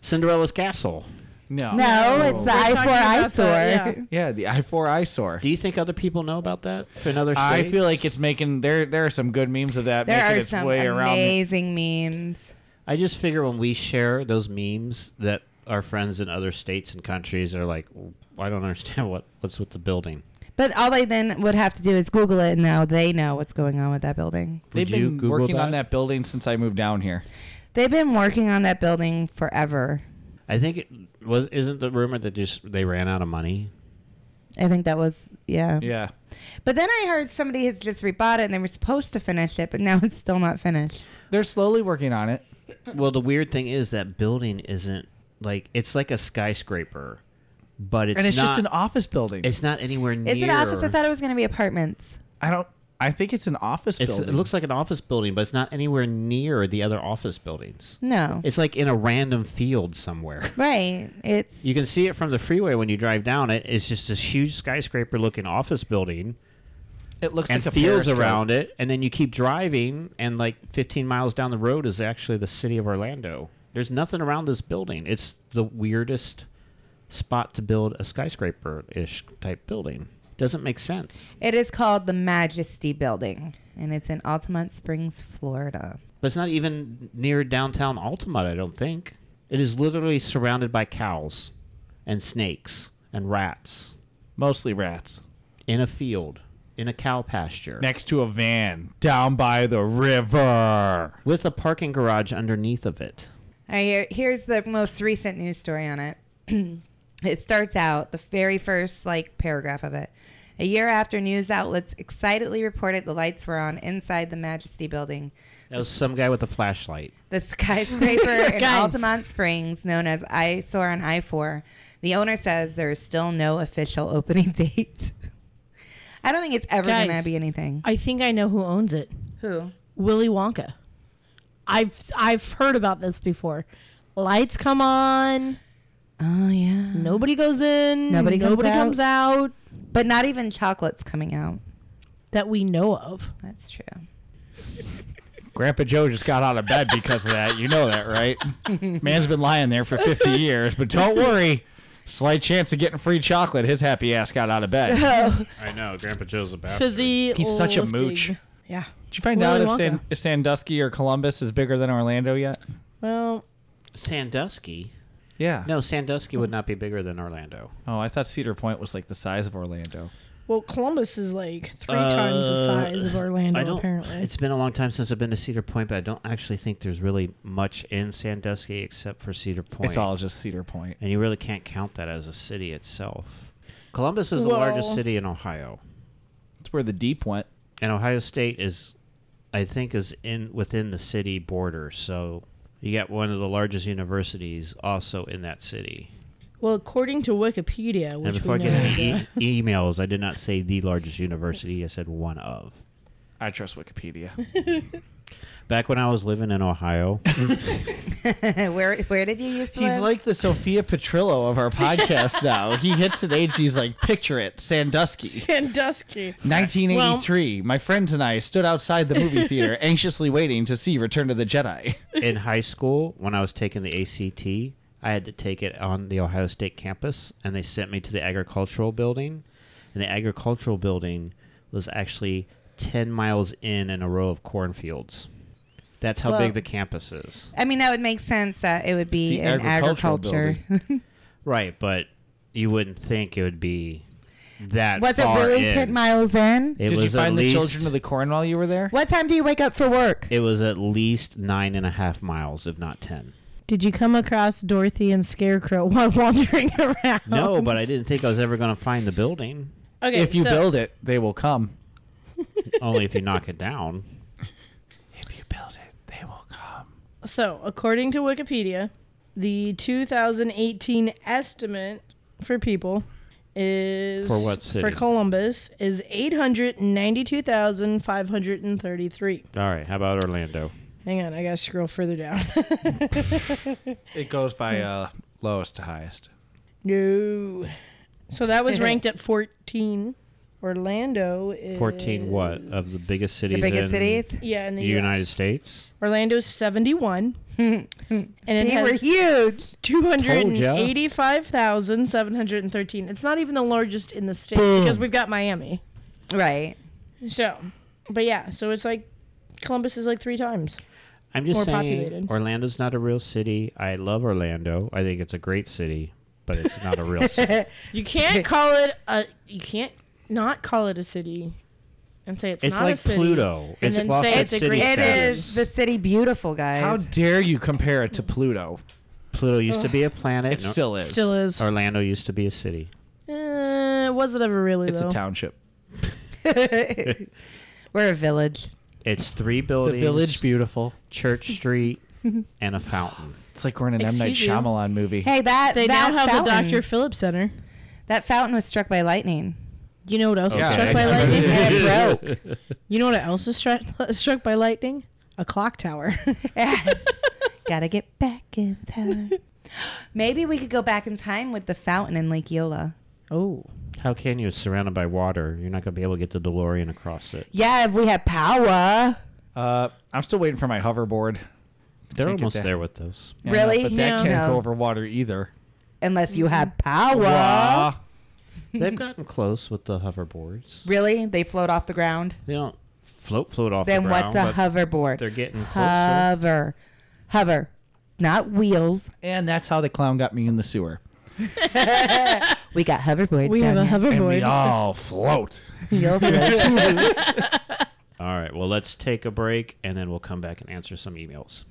Cinderella's castle.
No.
no, it's the I
We're
four
talking about the-
eyesore.
yeah.
Yeah, the I four eyesore.
Do you think other people know about that in other states?
I feel like it's making there. There are some good memes of that
(laughs) There
making
are
its
some
way around.
amazing memes.
I just figure when we share those memes that our friends in other states and countries are like, I don't understand what what's with the building.
But all they then would have to do is Google it, and now they know what's going on with that building.
They've
Would you
been
Google
working on
that?
that building since I moved down here.
They've been working on that building forever.
I think it was. Isn't the rumor that just they ran out of money?
I think that was yeah.
Yeah.
But then I heard somebody has just rebought it, and they were supposed to finish it, but now it's still not finished.
They're slowly working on it.
Well, the weird thing is that building isn't like it's like a skyscraper, but it's
and it's
not,
just an office building.
It's not anywhere near.
It's an office. I thought it was going to be apartments.
I don't. I think it's an office
It's,
building.
it looks like an office building, but it's not anywhere near the other office buildings.
No,
It's like in a random field somewhere. (laughs)
right. It's
You can see it from the freeway when you drive down it. It's just this huge skyscraper looking office building
it looks
and
like a
fields
periscope.
around it. And then you keep driving, and like 15 miles down the road is actually the city of Orlando. There's nothing around this building. It's the weirdest spot to build a skyscraper ish type building. Doesn't make sense.
It is called the Majesty Building, and it's in Altamont Springs, Florida.
But it's not even near downtown Altamont, I don't think. It is literally surrounded by cows and snakes and rats
Mostly rats.
in a field, in a cow pasture,
Next to a van down by the river.
with a parking garage underneath of it.
I hear, here's the most recent news story on it. (clears throat) it starts out the very first like paragraph of it. A year after news outlets excitedly reported the lights were on inside the Majesty Building,
That was some guy with a flashlight.
the skyscraper in
Guys.
Altamont Springs, known as Eyesore on I 4, the owner says there is still no official (laughs) opening date. I don't think it's ever going to
Guys.
be anything.
I think I know who owns it.
Who?
Willy Wonka. I've I've heard about this before. Lights come on,
Oh, yeah.
nobody goes in,
Nobody comes
nobody
out.
comes out
But not even chocolate's coming out.
that we know of.
That's true. (laughs)
Grandpa Joe just got out of bed because of that. You know that, right? Man's been lying there for (laughs) 50 years, but don't worry. Slight chance of getting free chocolate. His happy ass got out of bed.
I know, Grandpa Joe's a bastard.
Fizzy,
He's such a
lifting.
mooch.
Yeah.
Did you find out
Willy
if, San,
Wonka.
if Sandusky or Columbus is bigger than Orlando yet?
Well,
Sandusky?
Yeah.
No, Sandusky would not be bigger than Orlando.
Oh, I thought Cedar Point was like the size of Orlando.
well, Columbus is like three times the size of Orlando.
I don't.
apparently,
It's been a long time since I've been to Cedar Point, but I don't actually think there's really much in Sandusky except for Cedar Point.
It's all just Cedar Point.
and you really can't count that as a city itself. Columbus is the
Well-
largest city in Ohio,
It's where the deep went.
and Ohio State is, I think, is in within the city border. So you got one of the largest universities also in that city.
well, according to Wikipedia,
And
which
before I
we know
get
is a-
any e- emails, I did not say the largest university. I said one of.
I trust Wikipedia.
Back when I was living in
(laughs)
Ohio,
where where did you used to
He's
live?
like the Sophia Petrillo (laughs) of our podcast now. He hits an age, he's like, picture it, Sandusky.
uh, (laughs) Sandusky.
1983. my friends and I stood outside the movie theater, anxiously waiting to see Return of the Jedi.
in high school when I was taking the ACT, I had to take it on the Ohio State campus, and they sent me to the agricultural building. And the agricultural building was actually 10 miles in in a row of cornfields. That's how
Well-
big the campus is.
I mean, that would make sense that it would be
(laughs) The
in
agricultural
agriculture.
Right, but you wouldn't think it would be that
Was it
far
really
in.
10 miles in?
It
Did you
was at
find
least,
the Children of the Corn while you were there?
what time do you wake up for work?
It was at least nine and a half miles, if not 10.
Did you come across Dorothy and Scarecrow
(laughs)
while wandering around?
Oh,
No, but I didn't think I was ever going to find the building,
Okay,
If you
so
build it, they will come.
only if you knock it down.
If you build it, they will come.
So, according to Wikipedia, the 2018 estimate for people is
For what
For
city?
Columbus is 892,533.
All right, how about Orlando?
Hang on, I gotta scroll further down. (laughs)
It goes by uh, lowest to highest.
no. So that was ranked at 14. Orlando is
14 what of the biggest cities
The biggest
in
cities?
Yeah, in
the
the
United
US.
States?
Orlando's 71. and it
They were
has
huge.
Told ya.
285,713. It's not even the largest in the state because we've got Miami.
Right.
So, but yeah, so it's like Columbus is like three times.
I'm just
More
saying
populated.
Orlando's not a real city. I love Orlando. I think it's a great city, but it's not a real
(laughs)
city.
You (laughs) can't call it a. You can't not call it a city, and say it's,
It's
not a
like
city.
Pluto.
and
It's
then
lost
say
its
it's a
city
great
It
city.
status.
is the city beautiful, guys.
How dare you compare it to Pluto?
Pluto used to be a planet.
It still is.
Still is.
Orlando used to be a city.
Uh, was it ever really
It's
though?
a township.
we're a village.
It's three buildings,
beautiful. (laughs)
Church Street, and a fountain.
It's like we're in an M Night
Excuse you.
Shyamalan movie.
Hey, that
They
that
now have
fountain,
the Dr. Phillips Center.
That fountain was struck by lightning.
You know what else
Okay.
is struck by
(laughs) Yeah, I-
lightning?
It broke.
You know what else is struck (laughs) struck by lightning? A clock tower. (laughs)
Yes. Gotta get back in time. Maybe we could go back in time with the fountain in Lake Yola.
oh,
How can you? It's surrounded by water. You're not going to be able to get the DeLorean across it.
Yeah, if we had power.
Uh, I'm still waiting for my hoverboard.
They're
get
almost
that.
there with those.
Yeah,
Really?
But that
No.
can't
No.
go over water either.
Unless you had power.
Wah.
They've gotten close with the hoverboards.
Really? They float off the ground?
They don't float float off
Then
the ground.
what's a
but
hoverboard?
They're getting closer.
uh,
Hover. Hover. Not wheels. (laughs)
And that's how the clown got me in the sewer.
We got hoverboards.
We have a
down
(laughs)
here.
And we
hoverboard.
all (laughs) float.
You'll float.
All right. Well, let's take a break and then we'll come back and answer some emails.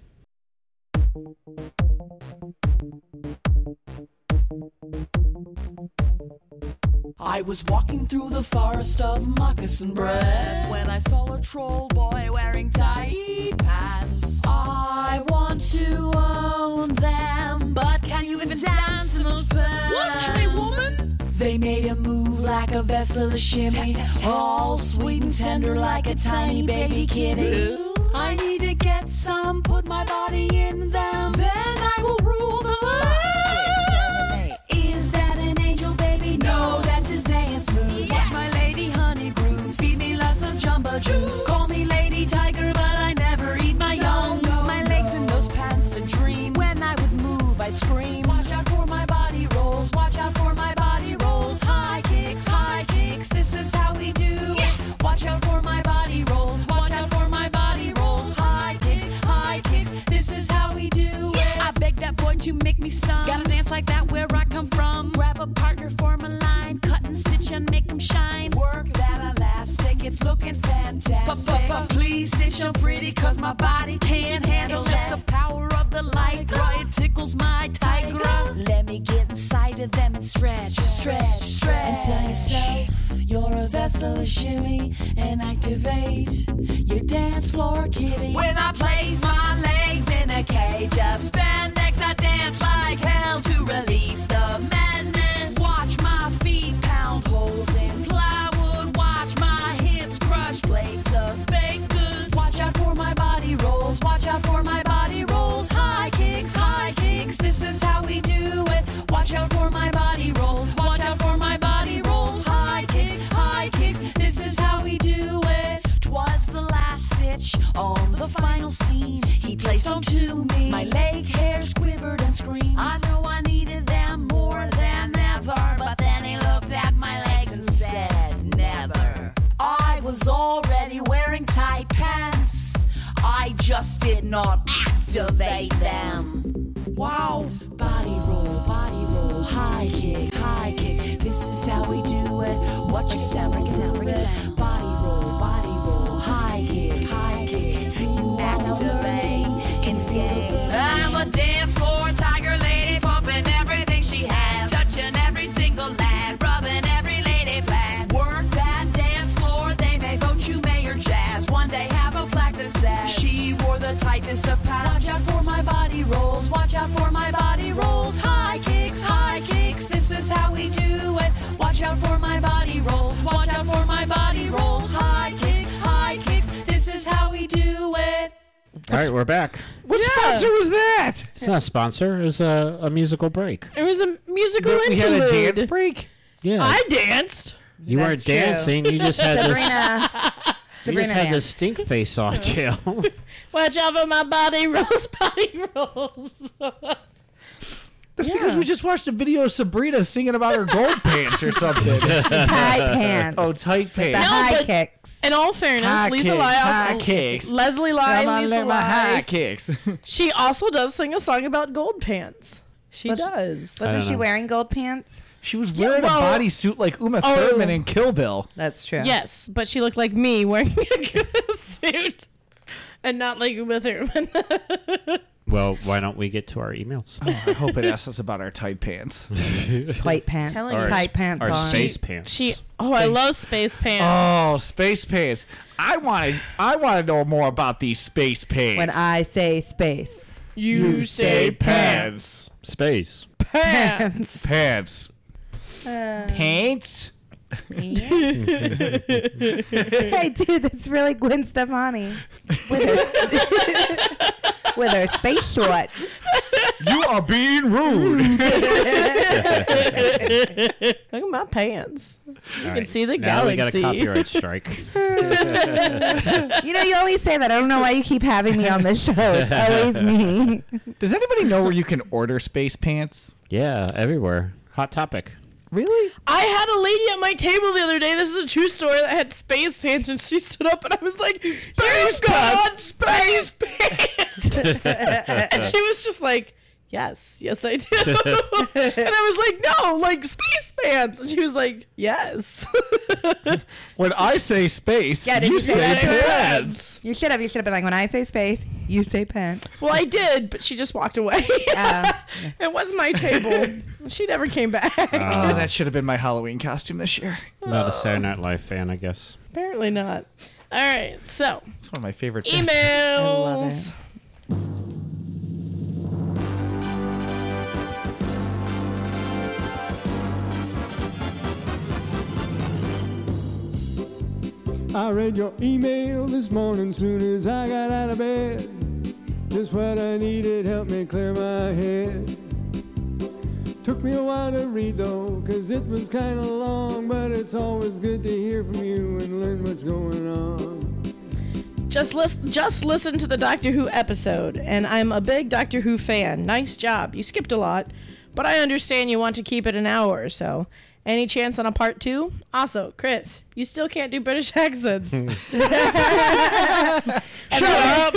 I was walking through the forest of moccasin bread when I saw a troll boy wearing tight pants. I want to own them, but can you even dance in those pants? Watch me, woman! They made him move like a vessel of shimmy, all sweet and tender like a tiny baby kitty. I need to get some, put my body in them, then I will rule the land. Is that an angel baby? No, that's his dance moves. Yes. My lady honey brews. Feed me lots of jumbo juice. Call me lady tiger, but I never eat my young. my legs in those pants to dream. When I would move, I'd scream. Watch out for my body rolls. Watch out for my body rolls. High kicks, high kicks. This is how we do. it. Watch out for my body rolls. Watch out for my body rolls. High kicks, high kicks. This is how we do it. I beg that boy to make me some. Gotta dance like that where I come from. Grab a partner, form a line. Cut and stitch and make them shine. Work that elastic, it's looking fantastic. But please stitch them pretty, cause my body can't handle It's just the power of the lycra. It tickles my tigra. Let me get inside of them and stretch, stretch, stretch. And tell yourself you're a vessel of shimmy and activate your dance floor kitty. When I place my legs in a cage of spandex, I dance like hell to release the madness. Watch my feet pound holes in plywood. Watch my hips crush plates of baked goods. Watch out for my body rolls. Watch out for my body rolls. High kicks, high kicks. This is how we do it. Watch out for my body rolls. Watch out for my body rolls. High kicks, high kicks. This is how we do it. Twas the last stitch on the final scene. He placed on to me. My leg hairs quivered and screamed. I know I needed them more than ever. But then he looked at my legs and said, Never. I was already wearing tight pants. I just did not activate them. Wow. Body roll, body roll, high kick, high kick. This is how we do it. Watch your sound, break it down, break it down. Body roll, body roll, high kick, high kick. You activate, engage. I'm a dance floor tiger lady, pumping everything she has, touching every single lad, rubbing every lady flat. Work that dance floor, they may vote you mayor jazz. One day have a plaque that says she wore the tightest of pants. Watch out for my body rolls, watch out for my body rolls. High kicks, high kicks, this is how we do it. Watch out for my body rolls, watch out for my body rolls. High kicks, high kicks, this is how we do it.
All right, we're back.
What sponsor was that?
It's not a sponsor. It was a, a musical break.
It was a musical
we had a dance
interlude.
break.
Yeah,
I danced.
you
That's
weren't
true.
dancing. You just had this.
(laughs)
Sabrina.
You
Sabrina.
just had
man.
this stink face on jail.
Watch out for my body rolls, (laughs) body rolls.
That's because we just watched a video of Sabrina singing about her (laughs) gold pants or something.
(laughs)
High pants.
Oh, tight
the
pants.
high
but-
kicks.
In all fairness,
High
Lisa
kicks,
Lai,
high
also-
kicks.
Leslie Lai,
Come on,
Lisa
let my high
Lai.
(laughs) kicks.
She also does sing a song about gold pants. She does.
Wasn't she wearing gold pants?
She was wearing
well-
a bodysuit like Uma
Oh.
Thurman in Kill Bill.
That's true.
Yes, but she looked like me wearing a suit and not like with her.
well, why don't we get to our emails?
I (laughs) hope it asks us about our tight (laughs) pants.
Tight pants.
Telling
Our-
tight pants
our
on.
space pants.
(laughs) She. Oh, I love space pants.
Oh, space pants! I wanted, I want to know more about these space pants.
When I say space.
Oh, you,
say pants,
Space.
pants.
pants, pants.
hey, dude, that's really Gwen Stefani with her, with her space
(laughs)
short.
You are being rude.
Look at my pants.
You
can see
(laughs)
the
now we got a
galaxy.
copyright strike.
You know, you always say that. I don't know why you keep having me on this show.
(laughs)
It's always me.
Does anybody know where you can order space pants?
yeah, everywhere. Hot topic.
Really?
I had a lady at my table the other day. This is a true story. That had space pants, and she stood up, and I was like, "You've got space pants," and she was just like, "Yes, yes, I do." (laughs) and I was like, "No, like space pants," and she was like,
(laughs)
"Yes."
When I say space,
Yeah, did
you
you say
say
that?
pants.
You should have. You should have been like, when I say space, you say pants.
Well, I did, but she just walked away. (laughs) it was my table. She never came back.
Ah.
Oh, that should have been my Halloween costume this year.
Not a Saturday Night Live fan, I guess.
Apparently not. All right, so
It's one of my favorite things.
emails.
I read your email this morning soon as I got out of bed. Just what I needed helped me clear my head. Took me a while to read though, cause it was kinda long, but it's always good to hear from you and learn what's going on.
Just listen. Just listen to the Doctor Who episode, and I'm a big Doctor Who fan. Nice job. You skipped a lot, but I understand you want to keep it an hour or so. Any chance on a part two? Also, Chris, you still can't do British (laughs) accents. Shut up,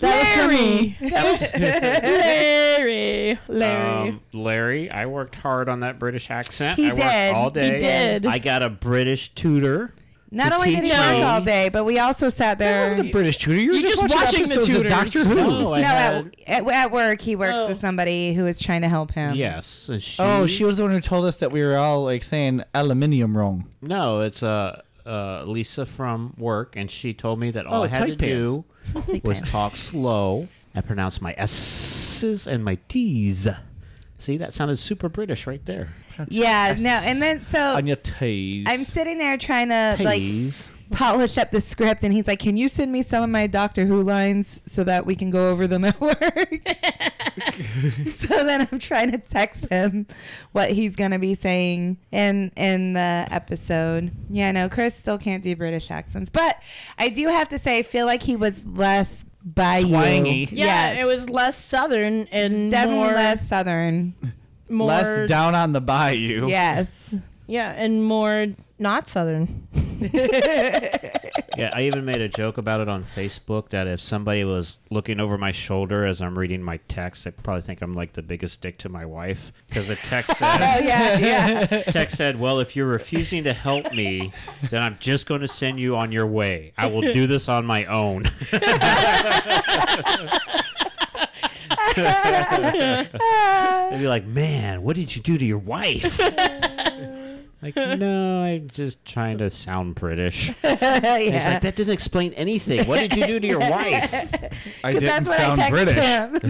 Larry. (laughs) That was Larry. Larry.
Um, Larry, I worked hard on that British accent.
He
I worked
did.
all
He
day.
did.
I got a British tutor.
Not
to
only did he
teach me.
work all day, but we also sat there.
The British tutor. You're,
You're
just,
just watching
watching,
the
episodes
tutors.
of Doctor Who.
No, Oh, I
no, at,
had-
at, at work he works
Oh.
with somebody who is trying to help him.
yes. and she,
Oh, she was the one who told us that we were all like saying aluminium wrong.
No, it's uh, uh, Lisa from work, and she told me that all
Oh,
I had to
(laughs) tight pants.
do was talk slow and pronounce my S's and my T's. See, that sounded super British right there.
Yeah. No, and then so
On your tees.
I'm sitting there trying to like
T's.
polish up the script, and he's like, "Can you send me some of my Doctor Who lines so that we can go over them at (laughs) work?"
(laughs)
so then I'm trying to text him what he's gonna be saying in in the episode. Yeah, no, Chris still can't do British accents, but I do have to say, I feel like he was less by
Twangy.
Yeah, it was less southern and
Definitely
more
less southern.
more
Less down on the bayou.
Yes.
yeah, and more not southern.
Yeah, I even made a joke about it on Facebook that if somebody was looking over my shoulder as I'm reading my text, they probably think I'm like the biggest dick to my wife because the text said,
Oh, Yeah, yeah.
text said, "Well, if you're refusing to help me, then I'm just going to send you on your way. I will do this on my own." (laughs) They'd be like, "Man, what did you do to your wife?" (laughs) Like, no, I'm just trying to sound British. And He's like, that didn't explain anything. What did you do to your wife?
I didn't
Because that's what
sound
I text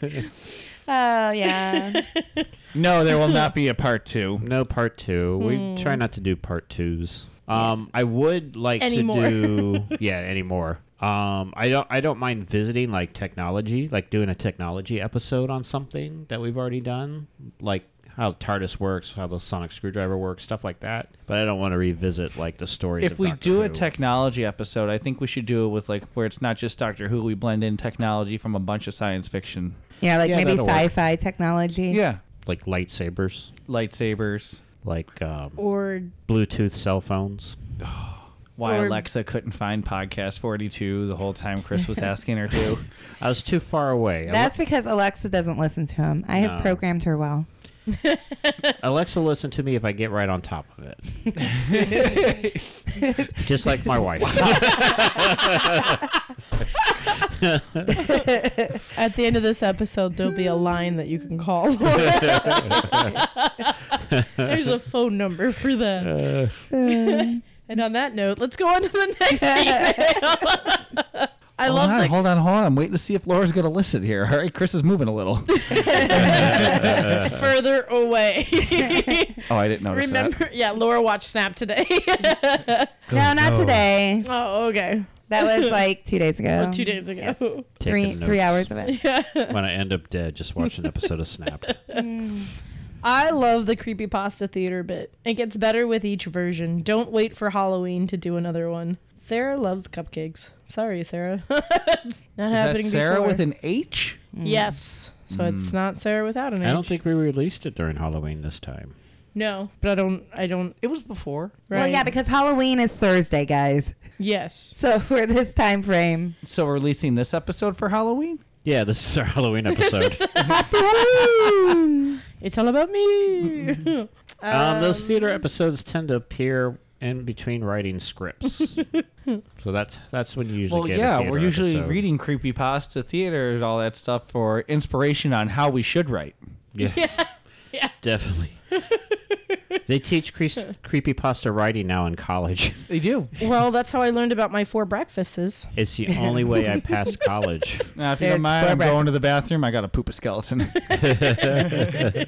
British.
him. Like, oh yeah.
No, there will not be a part two.
No part two. We try not to do part twos. Um, I would like
Anymore.
to do yeah anymore. Um, I don't I don't mind visiting like technology, like doing a technology episode on something that we've already done, like how TARDIS works, how the sonic screwdriver works, stuff like that. But I don't want to revisit like the stories.
If
of
we
Doctor
do a
Who.
technology episode, I think we should do it with like where it's not just Doctor Who. We blend in technology from a bunch of science fiction.
Yeah, like
Yeah,
maybe
that'll work.
sci-fi technology.
Yeah,
like lightsabers,
lightsabers.
like um,
(laughs) Or
Bluetooth cell phones.
Why
Or-
Alexa couldn't find podcast forty two the whole time Chris was asking her to.
I was too far away. I
That's because Alexa doesn't listen to him. I have
No.
programmed her well. (laughs)
Alexa, listen to me if I get right on top (laughs) of it. Just like my wife.
at the end of this episode, there'll be a line that you can call. (laughs) There's a phone number for that. and on that note, let's go on to the next email. I
hold
love
on,
that.
hold on, hold on. I'm waiting to see if Laura's gonna listen here. All right, Chris is moving a little.
further (laughs) away.
Oh, I didn't notice that.
Remember, yeah, Laura watched Snap today.
no, not today.
(laughs) oh, okay.
That was like two days ago.
Two days ago.
Three,
Taking
three
notes.
hours of it.
When I end up dead, just watch an episode of Snap.
I love the creepypasta theater bit. It gets better with each version. Don't wait for Halloween to do another one. Sarah loves cupcakes. Sorry, Sarah. (laughs) not
Is that
happening
Sarah
before.
with an H?
yes. So it's not Sarah without an H.
I don't think we released it during Halloween this time.
No, but I don't. I don't.
It was before.
Well, yeah, because Halloween is Thursday, guys. (laughs)
Yes.
So for this time frame,
So we're releasing this episode for Halloween?
Yeah, this is our Halloween episode. (laughs)
it's all about (laughs) me. um,
um, those theater episodes tend to appear in between writing scripts, so that's that's when you usually
Well,
get. a
yeah,
theater
we're usually
episode.
reading creepy pasta, theater, and all that stuff for inspiration on how we should write.
(laughs) Yeah. Definitely. they teach cre- creepy pasta writing now in college. (laughs)
They do.
Well, that's how I learned about my four breakfasts.
It's the only way I passed college.
Now, if you don't mind, I'm going to the bathroom. I got to poop a
(laughs)
skeleton.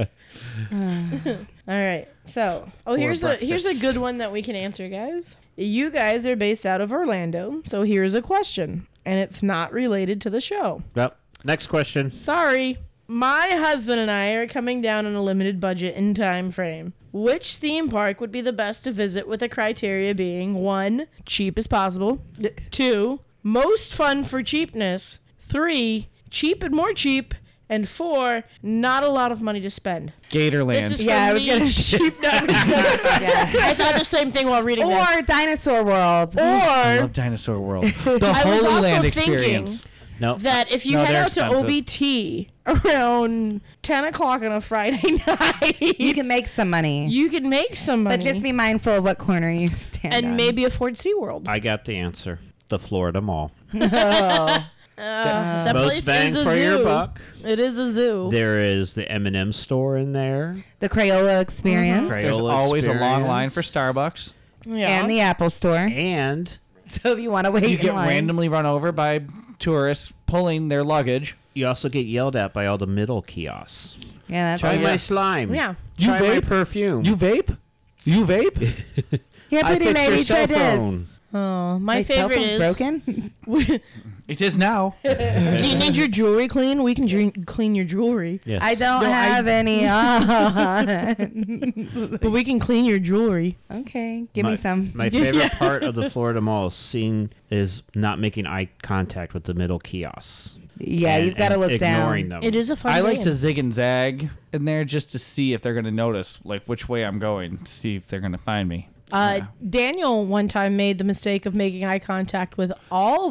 All right. So, oh,
For
here's a here's a
breakfast.
good one that we can answer, guys. You guys are based out of Orlando, so here's a question, and it's not related to the show.
Well, next question.
Sorry. My husband and I are coming down on a limited budget and time frame. Which theme park would be the best to visit with the criteria being one, cheap
(laughs)
as possible, two, most fun for cheapness, three, cheap and more cheap, and four, not a lot of money to spend.
Gatorland.
This is yeah, me. (laughs) cheap. No, I'm just kidding. I thought the same thing while reading this.
or Dinosaur World,
I
Or
love Dinosaur
(laughs)
World. The
I was
Holy
also
Land
thinking
experience.
No.
that if you
No,
head
they're
out
expensive.
to OBT around 10 o'clock on a Friday (laughs) night,
you can make some money,
you can make some money.
but just be mindful of what corner you stand
and
on.
maybe afford SeaWorld.
I got the answer. The Florida Mall.
Uh, that
Most
place
bang
is a
for
zoo.
your buck.
It is a zoo.
There is the M&M store in there.
the Crayola experience
There's
Crayola
always a long line for
Experience.
Starbucks.
Mm-hmm. yeah.
and the Apple Store.
And
(laughs) So if you want to wait
You
in
get
line,
randomly run over by tourists pulling their luggage.
you also get yelled at by all the middle kiosks.
yeah, that's
Try
right.
my slime.
Yeah.
Oh, You
Try my
vape?
perfume.
You vape? You vape?
(laughs)
yeah,
I
pretty
fixed
lady,
your cell
try this.
phone.
Oh, my
Your cell
favorite
phone's
is.
broken.
it is now.
Do you need your jewelry clean? We can drink, clean your jewelry,
Yes.
I
(laughs)
don't have any on.
but we can clean your jewelry.
okay, give
my,
me some. (laughs)
My favorite part of the Florida Mall is seeing is not making eye contact with the middle kiosks.
yeah,
And-
you've got to
and
look
ignoring
down.
them.
It is a fun.
I like
game.
to zig and zag in there just to see if they're going to notice, like which way I'm going, to see if they're going to find me.
Uh, Daniel one time made the mistake of making eye contact with all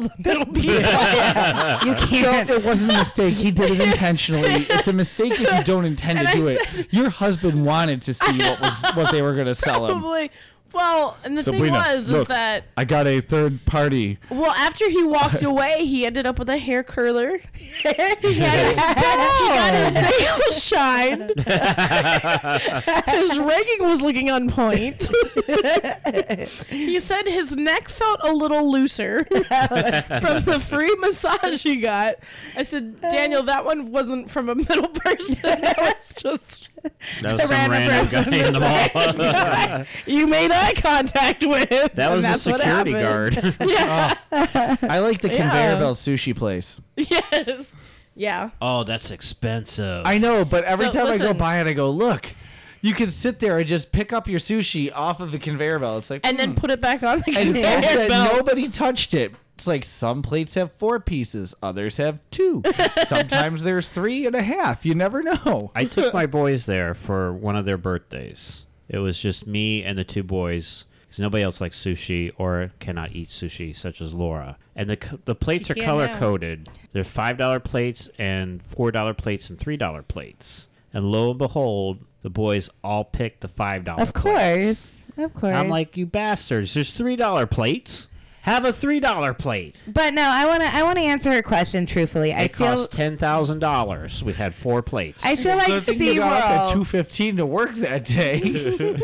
(laughs)
the middle (laughs) people.
You can't.
It wasn't a mistake. He did
(laughs)
it intentionally. It's a mistake if you don't intend to do it. Your husband wanted to see what was what they were
(laughs)
going to sell him.
Probably. Well, and the thing
Sabrina,
was is
look.
that
I got a third party.
well after he
(laughs)
walked away, he ended up with a hair curler.
(laughs)
he had his, he got his nail shine. his rigging was looking on point. (laughs) he said his neck felt a little looser (laughs) from the free massage he got. I said, Daniel, that one wasn't from a middle person. (laughs) That was just
That was some random
(laughs)
guy in the
(laughs)
mall.
you made eye contact with.
that was
and
a
that's what
security
happened.
guard.
(laughs)
I like the
Yeah.
conveyor belt sushi place.
Yes. Yeah.
(laughs) oh, that's expensive.
I know, but every
So,
time I
listen.
go by it, I go look. You can sit there and just pick up your sushi off of the conveyor belt. It's like
And
Oh.
then put it back on
(laughs)
the (laughs)
and
conveyor
note that
belt.
nobody touched it. It's like some plates have four pieces, others have
(laughs)
two. Sometimes there's three and a half. You never know.
I took my boys there for one of their birthdays. It was just me and the two boys because nobody else likes sushi or cannot eat sushi, such as Laura. And the co- the plates are
can't
color
have.
coded. They're five dollar plates and four dollar plates and three dollar plates. And lo and behold, the boys all picked the five dollar.
Of course, of course.
I'm like, you bastards! There's three dollar plates. Have a three dollar plate.
but no, I want to. I want to answer her question truthfully. I
It
feel.
cost ten thousand dollars. We had four plates.
I feel like
So I think they got up at
SeaWorld.
two fifteen to work that day.
(laughs)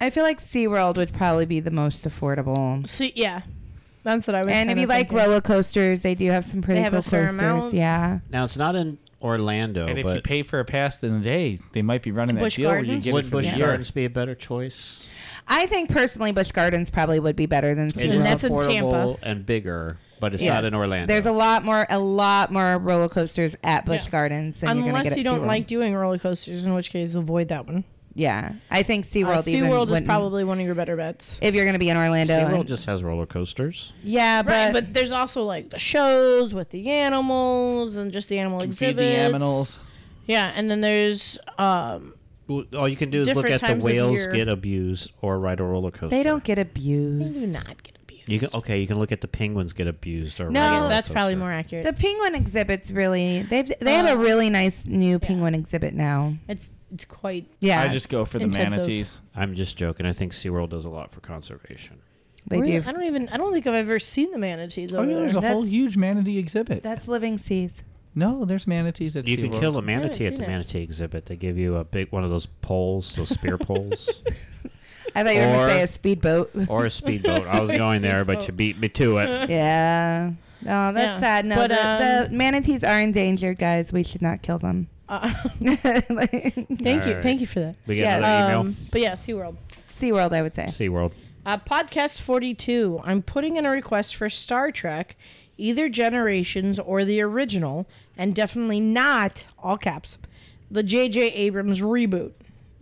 I feel like SeaWorld would probably be the most affordable.
See, yeah. That's what I was
And if
kinda
you like
thinking.
roller coasters, they do have some pretty
have
cool
a fair
coasters.
amount.
Yeah.
now it's not in Orlando,
and if
but
you pay for a pass in the day, they might be running that
Busch
deal where you
Gardens?
get it
Would
for
Bush
the year.
Gardens be a better choice?
I think personally, Busch Gardens probably would be better than
It
SeaWorld.
is
that's in
affordable and bigger, but it's not
Yes.
in Orlando.
There's a lot more, a lot more roller coasters at Busch
Yeah.
Gardens than you're gonna
Unless
get
you
at
don't
SeaWorld.
like doing roller coasters, in which case avoid that one.
Yeah, I think
Uh,
SeaWorld. even
SeaWorld is
wouldn't-
probably one of your better bets.
if you're gonna be in Orlando.
SeaWorld
and-
just has roller coasters.
yeah, but,
Right, but there's also like the shows with the animals and just the animal
Feed
exhibits.
the aminals.
Yeah, and then there's um
Well, all you can do is
Different
look at
times
the
of
whales
year.
get abused or ride a roller coaster.
They don't get abused.
They do not get
You can, okay, you can look at the penguins get abused or ride a
No,
roller coaster.
Oh, more accurate.
The penguin exhibit's really they've they
Um,
have a really nice new penguin exhibit now.
It's it's quite.
Yeah,
I just go for the
intensive.
manatees.
I'm just joking. I think SeaWorld does a lot for conservation.
Really? I don't even. I don't think I've ever seen the manatees.
Oh
over
yeah,
there.
there's a whole huge manatee exhibit.
That's living seas.
No, there's manatees at
You can
SeaWorld.
kill a
haven't
manatee at the
seen it.
manatee exhibit. They give you a big one of those poles, those
(laughs)
spear poles,
I thought you were
Or-
gonna say a speedboat. (laughs)
or a speedboat. I was
Or
going there, but you
speedboat.
beat me to
(laughs)
it.
yeah. Oh, that's
Yeah.
sad. No,
But,
the,
um, Uh,
the manatees are endangered, guys. We should not
(laughs)
kill them. (laughs)
Thank you.
All right.
Thank you for that.
We got another email.
um,
but yeah, SeaWorld.
SeaWorld, I would say.
SeaWorld.
Uh, podcast 42. I'm putting in a request for Star Trek, either Generations or the original, and definitely not, all caps, the J.J. Abrams reboot,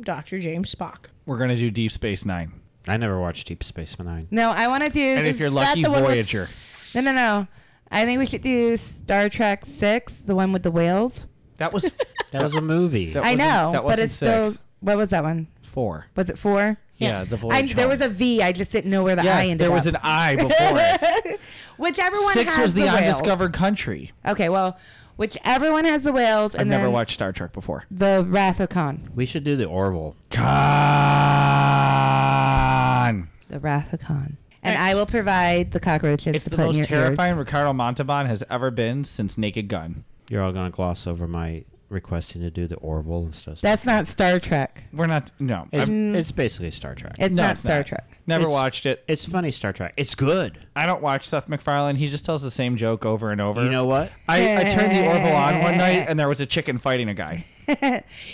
Dr. James Spock.
We're gonna do Deep Space Nine.
I never watched Deep Space Nine.
No, I want to do.
And if
is
you're
that
lucky,
the one with-
Voyager.
No, no, no. I think we should do Star Trek Six, the one with the whales.
That
(laughs)
was
That was a movie.
That
I
wasn't-
know,
that
but
wasn't
it's still.
six.
What was that one?
four.
Was it four?
Yeah, the
I,
Voyager.
there was a V. I just didn't know where the I
yes,
ended
there was
up.
an I before
(laughs)
it.
Whichever one
Six
has
was the,
the whales.
undiscovered country.
Okay, well, whichever one has the whales, and
I've
then
never watched Star Trek before.
the Wrath of Khan.
We should do the Orville.
Con.
The Wrath of Khan. And I will provide the cockroaches
It's
to
the
put in
most
your
terrifying
ears.
Ricardo Montalban has ever been since Naked Gun.
You're all gonna gloss over my requesting to do the Orville and stuff.
That's not Star Trek.
We're not. No,
it's,
I'm-
it's basically Star Trek.
It's
No,
not
it's
Star
not.
Trek.
never
it's-
watched it.
It's funny Star Trek. It's good.
I don't watch Seth MacFarlane. He just tells the same joke over and over.
You know what?
I, I turned the Orville on one night and there was a chicken fighting a guy.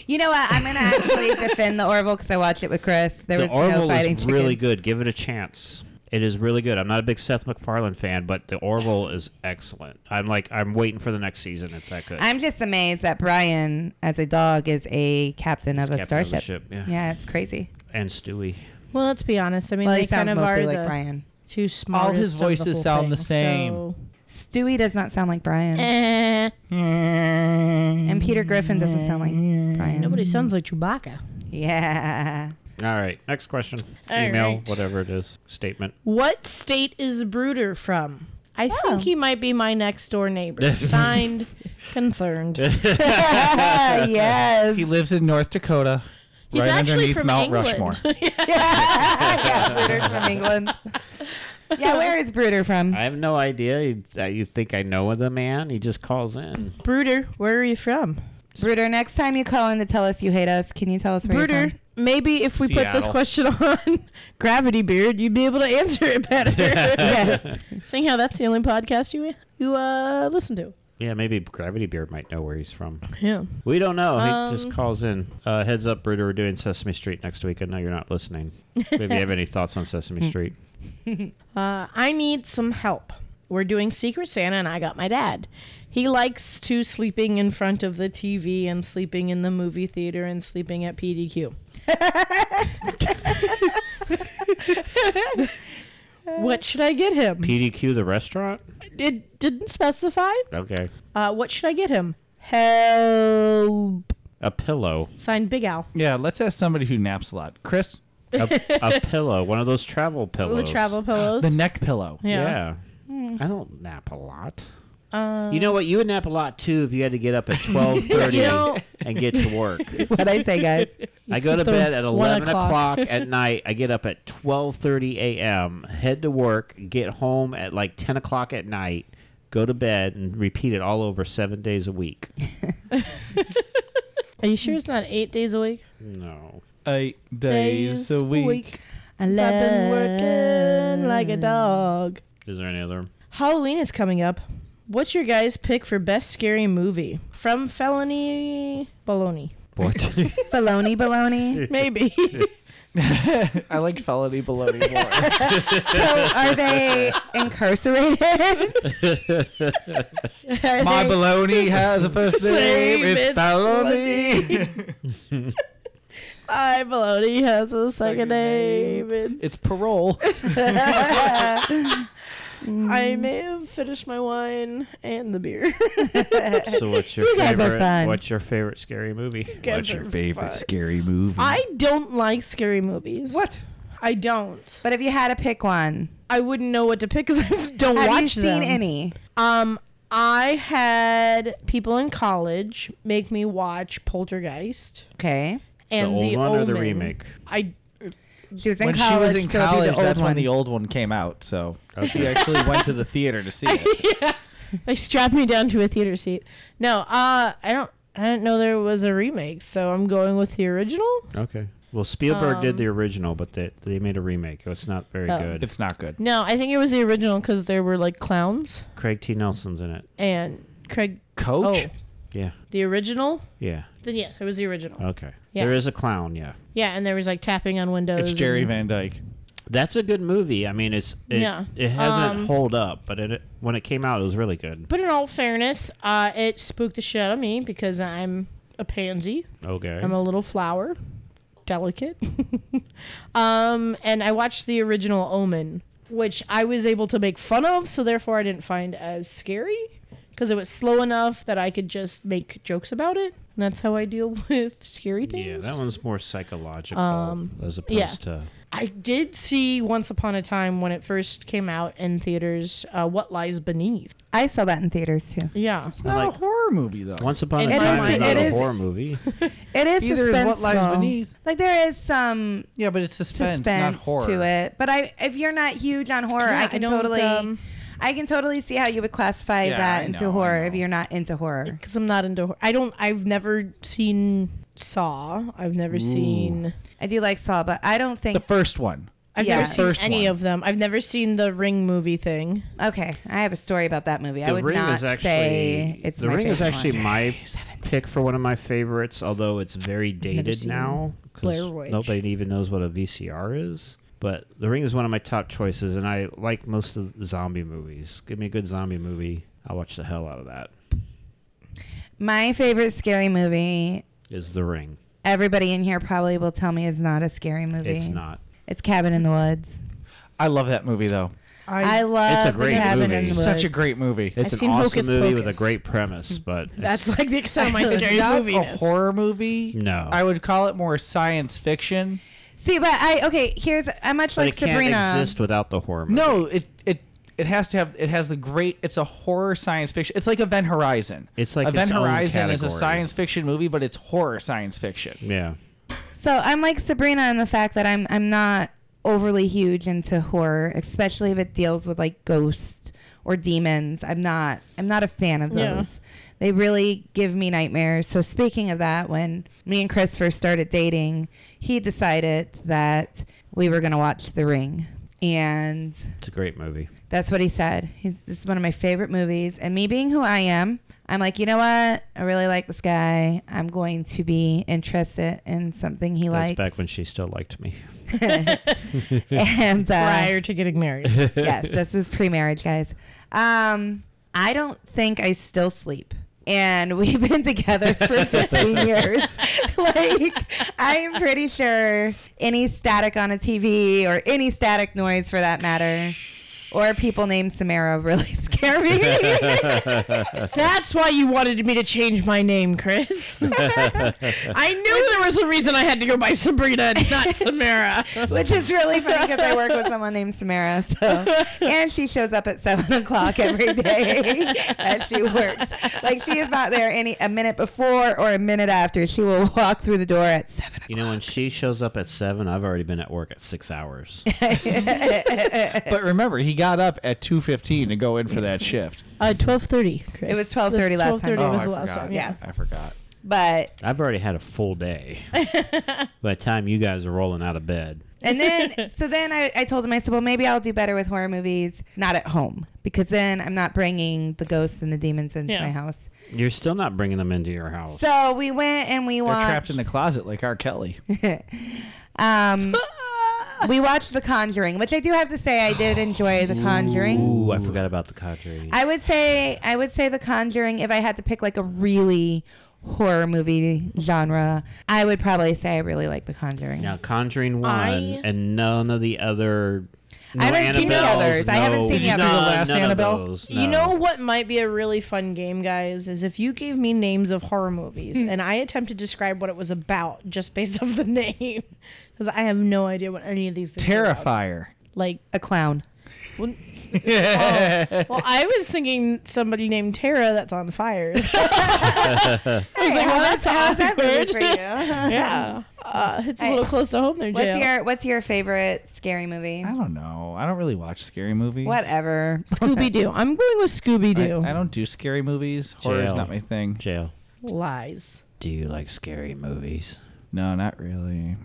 You know what? I'm going
(laughs)
to actually defend the Orville because I watched it with Chris. (laughs) There
the
was
Orville
no fighting
is really
chickens.
good. Give it a chance. It is really good. I'm not a big Seth MacFarlane fan, but the Orville is excellent. I'm like, I'm waiting for the next season. It's that good.
I'm just amazed that Brian, as a dog, is a captain of a
captain of a
starship.
ship, yeah.
it's crazy.
and Stewie.
Well, let's be honest. I mean,
Well,
they
he sounds
kind of
mostly
are
like
the
Brian.
two smartest.
his
of the
voices
whole
sound the
thing,
same.
so- eh.
Stewie does not sound like Brian. And Peter Griffin doesn't sound like Brian.
Nobody sounds like Chewbacca.
Yeah. (laughs)
All right, next question.
All
Email,
right.
whatever it is, statement.
What state is Bruder from? I
Oh.
think he might be my next
(laughs)
door neighbor. Signed, concerned. He's (laughs)
yes. (laughs)
He lives in North Dakota, right
actually
underneath
from
Mount
England.
Rushmore.
(laughs)
yeah, Bruder's from England. Yeah, where is Bruder from?
I have no idea. You, uh, you think I know the man? He just calls in.
Bruder, where are you from?
Bruder, next time you call in to tell us you hate us, can you tell us where you're
Bruder,
from?
maybe if we put this
Seattle.
question (laughs) on Gravity Beard, you'd be able to answer it better.
yes.
(laughs) Seeing how that's the only podcast you you uh, listen to.
Yeah, maybe Gravity Beard might know where he's
(laughs)
from.
Yeah.
We don't know. he
Um,
just calls in. Uh, heads up, Bruder. We're doing Sesame Street next week. I know you're not listening. Maybe you
(laughs)
have any thoughts on Sesame Street.
Uh, I need some help. We're doing Secret Santa, and I got my dad. He likes to sleeping in front of the TV and sleeping in the movie theater and sleeping at PDQ. (laughs) what should I get him?
PDQ, the restaurant?
It didn't specify.
Okay.
Uh, what should I get him? Help.
A pillow.
Signed Big Al.
(laughs) Yeah, let's ask somebody who naps a lot. Chris,
A,
(laughs)
a pillow. One of those travel pillows.
The travel pillows.
the neck pillow.
Yeah. I don't nap a lot. you know what? You would nap a lot too if you had to get up at twelve thirty
Um, (laughs) You know-
and get to
(laughs)
work.
What'd I say, guys?
I go to
the
bed at
one
eleven
o'clock.
o'clock
(laughs)
at night. I get up at twelve thirty a.m. Head to work. Get home at like ten o'clock at night. Go to bed and repeat it all over seven days a
(laughs)
week.
Are you sure it's not eight days a week?
No.
Eight days, a week.
I
I've been
love.
working like a dog.
Is there any
(laughs)
other?
Halloween is coming up. What's your guys' pick for best scary movie? From Felony Baloney.
What?
Baloney,
(laughs)
baloney.
Maybe.
I like felony baloney more.
(laughs)
so are they incarcerated? (laughs) Are
My
they-
(laughs)
baloney has a first name.
Same,
It's
it's
felony.
I Baloney has a second name.
It's parole.
I may have finished my wine and the beer.
So what's your
You guys are
favorite?
fun.
What's your favorite scary movie?
(laughs) guys What's your are favorite fun.
scary movie?
I don't like scary movies. What? I don't.
But if you had to pick one,
I wouldn't know what to pick because (laughs) I don't
Have you
watch
seen
them.
any?
Um, I had people in college make me watch Poltergeist.
Okay.
And
The
the,
old one or the
Omen.
remake?
I. (laughs)
She was
when she was in college, that's when the old one came out. So she actually went to the theater to see (laughs) it.
They strapped me down to a theater seat. No, uh, I don't. I didn't know there was a remake, so I'm going with the original.
Okay. Well, Spielberg did
Um,
the original, but they they made a remake. It's not very
Oh.
good.
It's not good.
No, I think it was the original because there were like clowns
Craig T. Nelson's in it.
and Craig
Coach?
Oh,
Yeah.
the original.
Yeah.
Then yes, it was the original.
Uh,
Okay.
Yeah.
There is a clown. Yeah.
Yeah, and there was like tapping on windows.
It's Jerry
and-
Van
Dyke.
That's a good movie. I mean, it's it,
Yeah.
it hasn't
Um,
hold up, but it when it came out, it was really good.
But in all fairness, uh, it spooked the shit out of me because I'm a pansy.
Okay.
I'm a little flower, delicate. (laughs) um, and I watched the original Omen, which I was able to make fun of, so therefore I didn't find as scary because it was slow enough that I could just make jokes about it. And that's how I deal (laughs) with scary things.
Yeah, that one's more psychological
Um,
as opposed
yeah.
to
I did see Once Upon a Time when it first came out in theaters. Uh, what lies beneath?
I saw that in theaters too.
Yeah,
It's not a horror movie though.
Once Upon
It
a Time
is-
is not
it
a
is-
horror movie.
It is
Either is
suspenseful.
What Lies Beneath.
Like there is some
yeah, but it's suspense, not horror.
to it. But I, if you're not huge on horror,
Yeah,
I
I
can
don't,
totally,
um,
I can totally see how you would classify
Yeah,
that
I
into
know, I
horror if you're not into horror.
because I'm not into. hor- I don't. I've never seen Saw. I've never seen.
I do like Saw, but I don't think
The first one.
I've
Yeah.
never seen
First
any
one.
of them. I've never seen the Ring movie thing.
Okay, I have a story about that movie. I
The
would
Ring
not
is actually
say it's
The
my
Ring is
favorite
actually
one.
my pick for one of my favorites, although it's very dated
seen
now 'cause
Blair Witch.
nobody even knows what a VCR is. But The Ring is one of my top choices, and I like most of the zombie movies. Give me a good zombie movie, I'll watch the hell out of that.
My favorite scary movie.
Is The Ring?
Everybody in here probably will tell me is not a scary movie.
It's not.
It's Cabin in the Woods.
I love that movie though.
I, love
it's a great
the Cabin
movie.
in the Woods.
Such a great movie. (laughs)
It's
I've
an
seen
awesome
Hocus
movie with a
Pocus.
great
(laughs)
premise, but
That's like the extent of my
It's
scary
not
movie.
a horror movie.
No.
I would call it more science fiction.
See, but I okay. Here's I'm much
but
like
it can't
Sabrina.
exist without the horror. Movie.
No, it it it has to have it has the great it's a horror science fiction. It's like Event Horizon.
It's like
Event
its own
Horizon is a
category.
science fiction movie, but it's horror science fiction.
Yeah.
So I'm like Sabrina in the fact that I'm I'm not overly huge into horror, especially if it deals with like ghosts or demons. I'm not I'm not a fan of
Yeah.
those. They really give me nightmares. So speaking of that, when me and Chris first started dating, he decided that we were gonna watch The Ring. And
It's a great movie.
that's what he said. He's, this is one of my favorite movies. And me being who I am, I'm like, you know what? I really like this guy. I'm going to be interested in something he
That's
likes.
back when she still liked me.
and uh,
prior to getting married.
(laughs) yes, this is pre-marriage, guys. Um, I don't think I still sleep. And (laughs) we've been together for 15 years. (laughs) like, I am pretty sure any static on a TV or any static noise for that matter, or people named Samara really (laughs) scare me.
That's why you wanted me to change my name,
(laughs)
Chris. I knew there was a reason I had to go by Sabrina, and
(laughs)
not Samara.
Which is really funny because I work with someone named Samara, so and she shows up at seven (laughs) o'clock every day (laughs) as she works. Like she is not there any a minute before or a minute after. She will walk through the door at seven.
You know, when she shows up at seven, I've already been at work at six
(laughs)
hours.
But remember, he got up at two fifteen to go in for that shift.
Uh, twelve thirty.
It was 12:30 last time.
12:30
Oh,
was
I
the last
forgot.
time. Yeah.
I forgot.
But
I've already had a full day by the time you guys are rolling out of bed.
and then so then I, I told him I said, well maybe I'll do better with horror movies, not at home because then I'm not bringing the ghosts and the demons into
Yeah.
my house.
You're still not bringing them into your house.
So we went and we
They're
watched.
trapped in the closet like R. Kelly.
(laughs)
um,
Ah.
we watched The Conjuring, which I do have to say I did enjoy The Conjuring.
Ooh, I forgot about the Conjuring.
I would say I would say The Conjuring. If I had to pick like a really horror movie genre, I would probably say I really like The Conjuring.
Now, Conjuring 1
I-
and none of the other
I haven't seen the others. I haven't seen the others.
You know what might be a really fun game, guys, is if you gave me names of horror
Hmm.
movies and I attempt to describe what it was about just based (laughs) off the name, because I have no idea what any of these things are about.
Terrifier.
Like
a clown.
Well, oh, well, I was thinking somebody named Tara that's on fire. (laughs) I
(laughs)
was like, well, (laughs) that's awkward.
for
(laughs)
you. (laughs)
yeah, uh, it's a little close to home there,
What's
Jill.
your What's your favorite scary movie?
I don't know. I don't really watch scary movies.
Whatever.
Scooby Doo. I'm going with Scooby Doo.
I, I don't do scary movies. Horror's
Jail.
not my thing.
Jail.
Lies.
Do you like scary movies?
No, not really.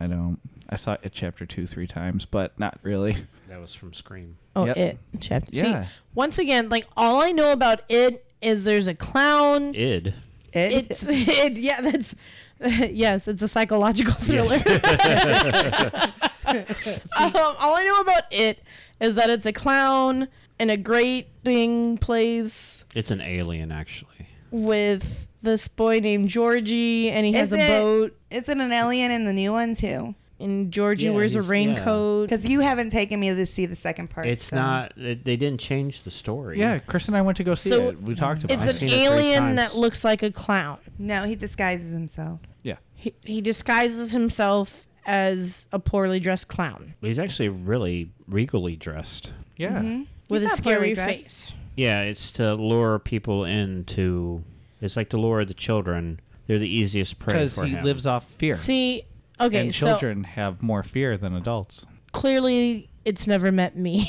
I don't. I saw it chapter two three times, but not really.
That was from Scream.
Oh, it chapter.
Yeah.
See, once again, like all I know about it is there's
(laughs)
a clown.
Id.
It's it, yeah. That's (laughs) yes. It's a psychological thriller. (laughs) um, all I know about it is that it's a clown in a great thing place
(laughs) It's an alien, actually.
with this boy named Georgie, and he has
Is
a
it-
boat.
Is it an alien in the new one too?
And Georgie Yeah, wears a he's- yeah. raincoat.
Because you haven't taken me to see the second part.
It's
so.
not. It, they didn't change the story.
Yeah, Chris and I went to go see
So,
it. We talked about
It's
Oh, it.
an alien that looks like a clown.
No, he disguises himself.
Yeah.
He, he disguises himself as a poorly dressed clown
He's actually really regally dressed.
Yeah.
Mm-hmm. with
He's
a
not
scary
poorly dressed.
face.
Yeah, it's to lure people into. It's like to lure the children. They're the easiest prey
because
for
he
him.
lives off fear.
See, okay,
and
so
children have more fear than adults.
clearly it's never met me.
You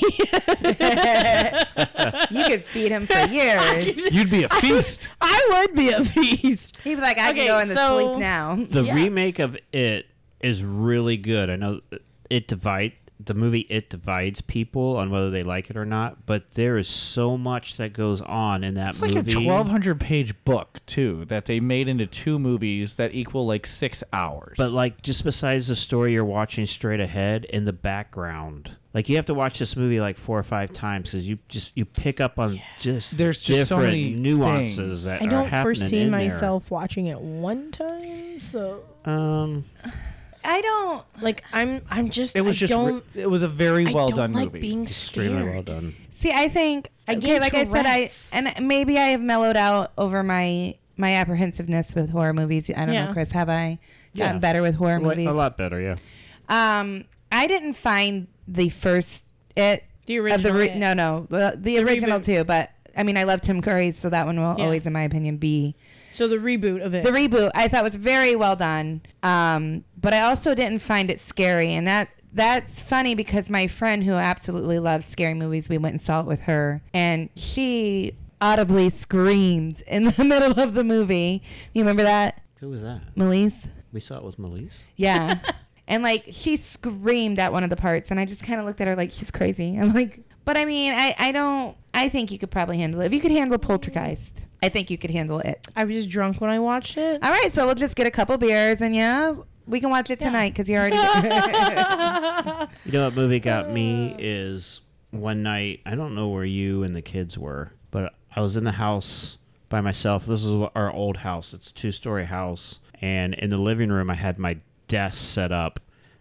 could feed
(laughs)
him for years.
You'd (laughs) be a feast.
I would be a beast.
He'd be like, I
Okay,
can go in the
so-
sleep now.
The remake of It is really good. I know it divide the movie It divides people on whether they like it or not, but there is so much that goes on in that
It's like
movie.
a twelve hundred page book too that they made into two movies that equal like six hours.
But like just besides the story you're watching straight ahead in the background. Like you have to watch this movie like four or five times because you just you pick up on just
There's just so
different
many
nuances
things.
that
I
are
don't
happening
foresee
in there.
myself watching it one time, so
Um,
I don't.
like I'm I'm just
it was
I
just re-
don't
it was a very
I
well
don't
done
like
movie.
being
extremely well
scared.
done.
See, I think
I
okay,
get
like I said, I
Tourette's.
and maybe I have mellowed out over my my apprehensiveness with horror movies. I don't
Yeah.
know, Chris, have I gotten
Yeah.
better with horror
Like,
movies?
a lot better, yeah.
Um, I didn't find the first it
The
of
original
re-
It.
no, no, well, the, original
reboot.
too. But I mean, I love Tim Curry, so that one will
Yeah.
always, in my opinion, be
So the reboot of it.
the reboot. I thought was very well done. Um, but I also didn't find it scary, and that that's funny because my friend who absolutely loves scary movies, we went and saw it with her, and she audibly screamed in the (laughs) middle of the movie. You remember that,
Who was that?
Melise?
We saw it with Melise.
Yeah. and like she screamed at one of the parts and I just kind of looked at her like she's crazy. I'm like, but I mean, I I don't I think you could probably handle it. If you could handle Poltergeist, I think you could handle it.
I was just drunk when I watched it.
All right, so we'll just get a couple beers and yeah, we can watch it tonight cuz you (laughs) already
You know what movie got me is one night. I don't know where you and the kids were, but I was in the house by myself. This is our old house. It's a two story house, and in the living room, I had my desk set up.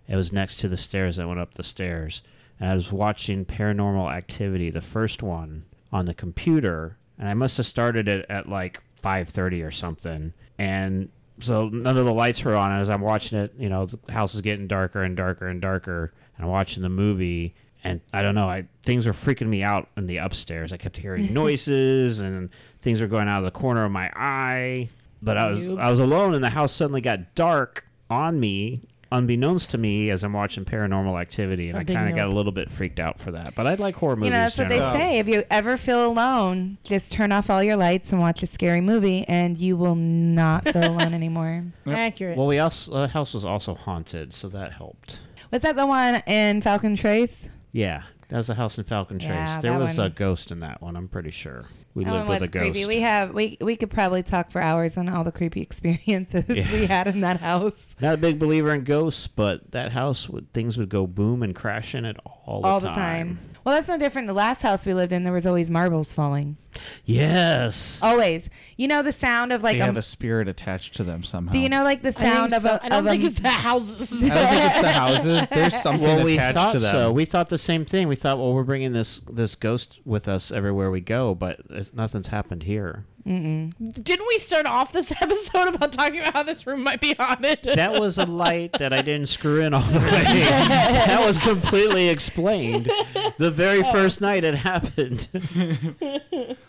It was next to the stairs. I went up the stairs, and I was watching Paranormal Activity, the first one, on the computer. And I must have started it at like five thirty or something, and so none of the lights were on. And as I'm watching it, you know, the house is getting darker and darker and darker. And I'm watching the movie, and I don't know, I things were freaking me out in the upstairs. I kept hearing noises, and things were going out of the corner of my eye. But I was I was alone, and the house suddenly got dark on me, unbeknownst to me, as I'm watching Paranormal Activity, and
A
I
big
kind of got a
nope.
little bit freaked out for that. But I like horror
You
movies.
know, that's what they
generally.
say. If you ever feel alone, just turn off all your lights and watch a scary movie and you will not feel alone (laughs) anymore.
Accurate.
Well, we also the house was also haunted, so that helped.
Was that the one in Falcon Trace?
Yeah, that was the house in Falcon Trace.
Yeah,
there
that
was a
one.
ghost in that one. I'm pretty sure we
That
lived
one
with a
was
ghost.
Creepy. We have we we could probably talk for hours on all the creepy (laughs) experiences we had in that house.
Not a big believer in ghosts, but that house would things would go boom and crash in it all all,
all the time. Well, that's no different. The last house we lived in, there was always marbles falling.
Yes.
Always. You know the sound of like
they
a
have a spirit attached to them somehow.
Do you know like the
think
sound of
so.
a?
I don't
of a-
think it's the (laughs) houses.
I don't think it's the houses. There's something
well, we
attached
thought
to them.
so. We thought the same thing. We thought, well, we're bringing this this ghost with us everywhere we go, but it's, nothing's happened here.
Mm-mm. Didn't we start off this (laughs) episode about talking about how this room might be haunted?
That was a light that I didn't screw in all the way. that was completely explained. The very first night it happened.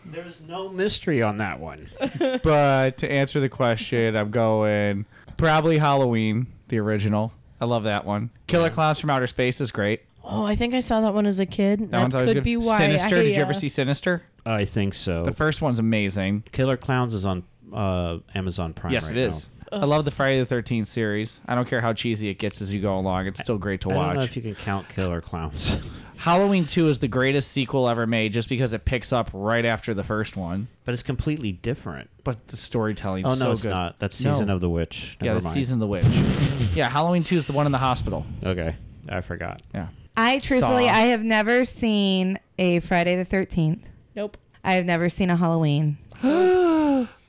There's no mystery on that one.
but to answer the question, I'm going probably Halloween, the original. I love that one. Killer Clowns from Outer Space is great.
Oh, I think I saw that one as a kid. That,
That, one's always
could
good.
be why.
Sinister.
I,
Did you
uh,
ever see Sinister?
I think so.
The first one's amazing.
Killer Clowns is on uh, Amazon Prime.
yes,
right
it is.
now.
I love the Friday the Thirteenth series. I don't care how cheesy it gets as you go along; it's still great to
I don't know
watch.
if you can count Killer Clowns.
Halloween Two is the greatest sequel ever made, just because it picks up right after the first one.
But it's completely different.
But the storytelling.
Oh, no,
so
it's
good.
not. That's
No.
Season of the Witch.
yeah,
Never
that's
mind.
Season of the
(laughs)
Witch. yeah, Halloween Two is the one in the hospital.
Okay, I forgot.
Yeah.
I truthfully,
Saw.
I have never seen a Friday the Thirteenth.
Nope.
I have never seen
(gasps)
a Halloween.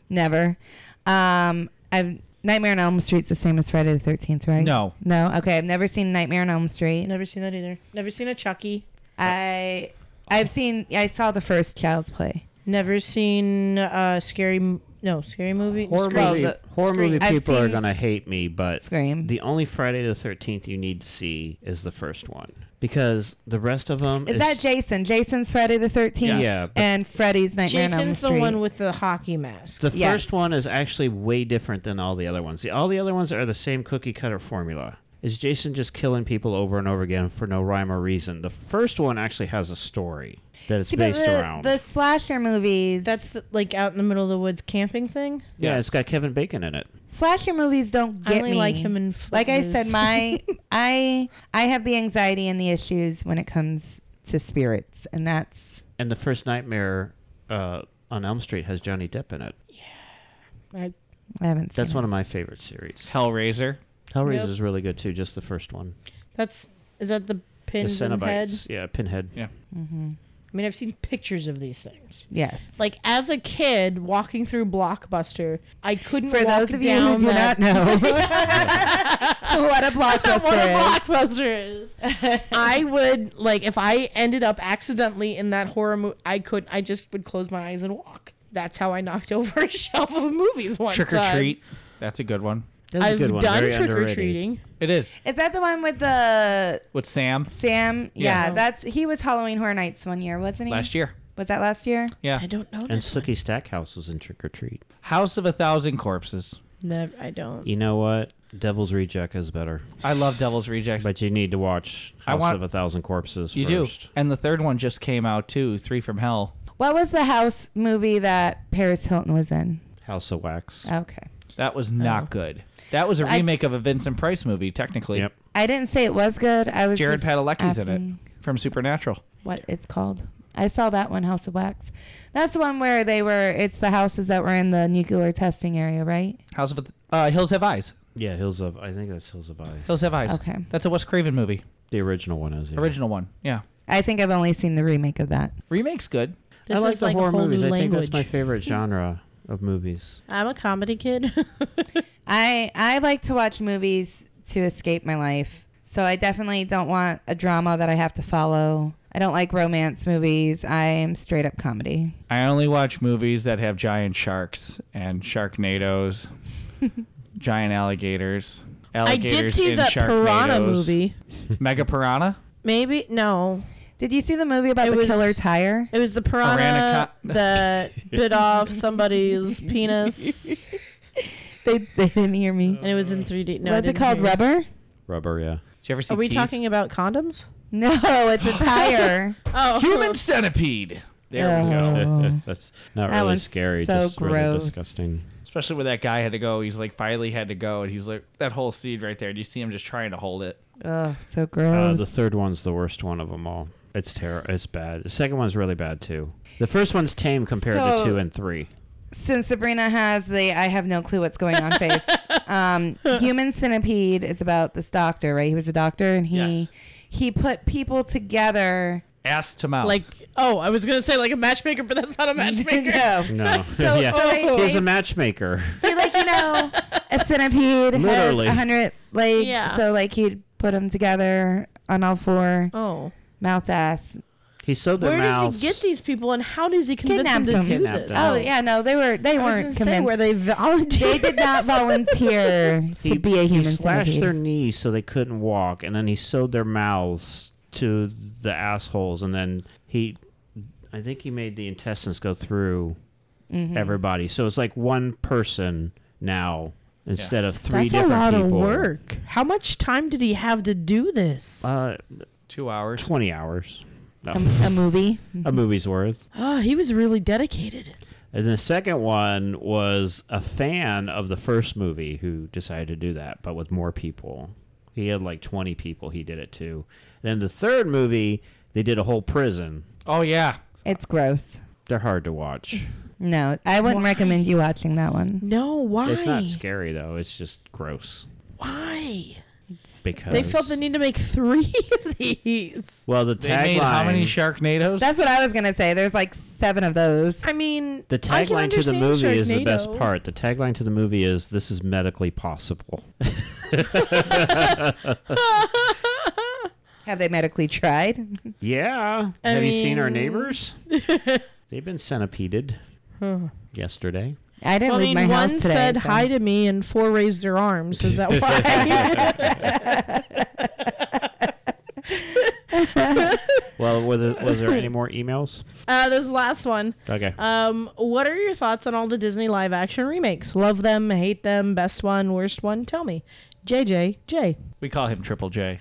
never. Um, I've Nightmare on Elm Street's the same as Friday the Thirteenth, right?
No.
No. Okay, I've never seen Nightmare on Elm Street.
Never seen that either. Never seen a Chucky.
I I've seen. I saw the first Child's Play.
Never seen uh, scary. m- No, scary movie.
Horror
Scream.
movie, horror movie
I've
people are
seen
going to hate me, but
Scream.
the only Friday the 13th you need to see is the first one because the rest of them
Is that Jason? Jason's Friday the Thirteenth.
Yes. Yeah, but-
And Freddy's Nightmare on Elm
Jason's
Street.
the one with the hockey mask.
the
Yes.
first one is actually way different than all the other ones. The, all the other ones are the same cookie cutter formula. Is Jason just killing people over and over again for no rhyme or reason? The first one actually has a story that it's
See, but
based
the,
around.
the slasher movies.
That's like out in the middle of the woods camping thing.
yeah, it's got Kevin Bacon in it.
slasher movies don't
I
get
only
me.
like him in
like I said,
Footloose.
(laughs) my I I have the anxiety and the issues when it comes to spirits, and that's
And the first Nightmare uh, on Elm Street has Johnny Depp in it.
I,
I haven't. Seen
That's one of my favorite series.
Hellraiser.
Hellraiser
Yep.
is really good too. Just the first one.
that's is that the
The
pins and head?
Cenobites. Yeah, Pinhead.
Yeah.
I mean, I've seen pictures of these things.
Yes.
Like as a kid walking through Blockbuster, I couldn't.
For
walk
those of you
down
who do
that-
not (laughs) know (laughs) what a
what a
blockbuster is,
blockbuster
(laughs)
is. I would like if I ended up accidentally in that horror movie. I could. I just would close my eyes and walk. That's how I knocked (laughs) over a shelf of movies one
Trick or
time.
treat. That's a good one.
That's
I've
a good one.
done
Very
trick or
underrated.
treating.
It is
is that the one with the
with Sam
Sam?
Yeah.
Yeah, that's he was Halloween Horror Nights one year, wasn't he?
last year.
Was that last year?
Yeah.
I don't know.
And
This.
Sookie Stackhouse was in Trick or Treat.
House of a Thousand Corpses.
No, I don't.
You know what? Devil's Reject is better,
I love Devil's Rejects.
but you need to watch
I
House
want-
of a Thousand Corpses.
you
first.
do. And the third one just came out too. Three from Hell.
What was the house movie that Paris Hilton was in?
House of Wax.
Okay.
That
Oh.
was not good. That was a
I-
remake of a Vincent Price movie, technically.
Yep.
I didn't say it was good. I was
Jared
just
Padalecki's in
asking
it from Supernatural.
What it's called? I saw that one, House of Wax. That's the one where they were. It's the houses that were in the nuclear testing area, right?
House of a th- uh, Hills Have Eyes.
Yeah, Hills of. I think that's Hills of Eyes.
Hills Have Eyes.
Okay.
That's a Wes Craven movie.
The original one is. Yeah.
Original one. Yeah.
I think I've only seen the remake of that.
Remake's good.
This
I like
is
the
like a
horror
whole new
movies. I think that's my
language.
favorite
(laughs)
genre of movies.
I'm a comedy kid. (laughs)
I I like to watch movies to escape my life. So I definitely don't want a drama that I have to follow. I don't like romance movies. I am straight up comedy.
I only watch movies that have giant sharks and
(laughs)
sharknadoes, giant alligators.
I
alligators
did see
in
that Piranha
sharknadoes.
movie.
Mega Piranha?
Maybe no,
Did you see the movie about
It
the
was-
killer tire?
it was the piranha
Piranaco- (laughs)
that bit off somebody's penis, and
(laughs) They, they didn't hear me.
it was in 3D. No, I
Was it
didn't
called
hear you.
rubber?
Rubber, yeah.
Did you ever see
Are we
Teeth?
talking about condoms?
No, it's a (laughs) tire.
Oh,
Human centipede. There we go.
(laughs) that's not
That
really
one's
scary.
so
just really
gross.
disgusting.
Especially where that guy had to go. He's like finally had to go, and he's like that whole seed right there. And you see him just trying to hold it.
Oh, so
Uh,
gross.
the third one's the worst one of them all. It's terrible. It's bad. The second one's really bad too. The first one's tame compared to
So-
two and three.
Since Sabrina has the I have no clue what's going
(laughs)
on face, um, Human Centipede is about this doctor, right? He was a doctor and he
Yes.
He put people together.
Ass to mouth.
Like, oh, I was gonna say like a matchmaker, but (laughs) that's not a matchmaker.
(laughs)
(laughs)
no.
No. (laughs)
So-
yeah.
so they-
He's a matchmaker.
So like you know, a centipede
Literally.
has hundred legs.
Yeah.
So like he'd put them together on all four.
Oh.
Mouth ass.
He sewed their
Where
mouths.
does he get these people, and how does he convince
Kidnapped
them
them.
to do
Kidnapped
this?
them.
Oh yeah, no, they were they
I was
weren't
gonna say,
convinced.
were they volunteers?
(laughs) They did not volunteer to be a
he
human
slashed
centipede.
their knees so they couldn't walk, and then he sewed their mouths to the assholes, and then he, I think he made the intestines go through
Mm-hmm.
Mhm.
everybody. So it's like one person now instead of three
That's a
different
lot
people.
of work. How much time did he have to do this?
Uh,
Two hours.
Twenty hours. No.
Mm-hmm.
a movie.
a movie's worth.
Oh, he was really dedicated.
And the second one was a fan of the first movie who decided to do that, but with more people. He had like 20 people he did it to. then the third movie, they did a whole prison.
Oh, yeah.
It's gross.
They're hard to watch.
No, I wouldn't
Why?
recommend you watching that one.
No, why?
It's not scary, though. It's just gross.
Why?
Because.
They felt the need to make three (laughs) of these.
Well, the
They made how many
tagline.
Sharknadoes?
That's what I was gonna say. There's like seven of those.
I mean,
The
I can
tagline to the
understand
movie is the best
Sharknado.
part. The tagline to the movie is this is medically possible.
Have they medically tried? (laughs)
Yeah.
I
Have you seen our
mean- (laughs)
neighbors? They've been centipeded yesterday.
I didn't
Well, I
leave
mean,
my
one
house today.
said
so-
hi to me, and four raised their
(laughs)
arms. Is that why? (laughs)
Well, was, it, was there any more emails?
uh, this last one.
Okay.
Um, what are your thoughts on all the Disney live action remakes? Love them, hate them, best one, worst one? Tell me. JJ, J.
we call him Triple (laughs) J.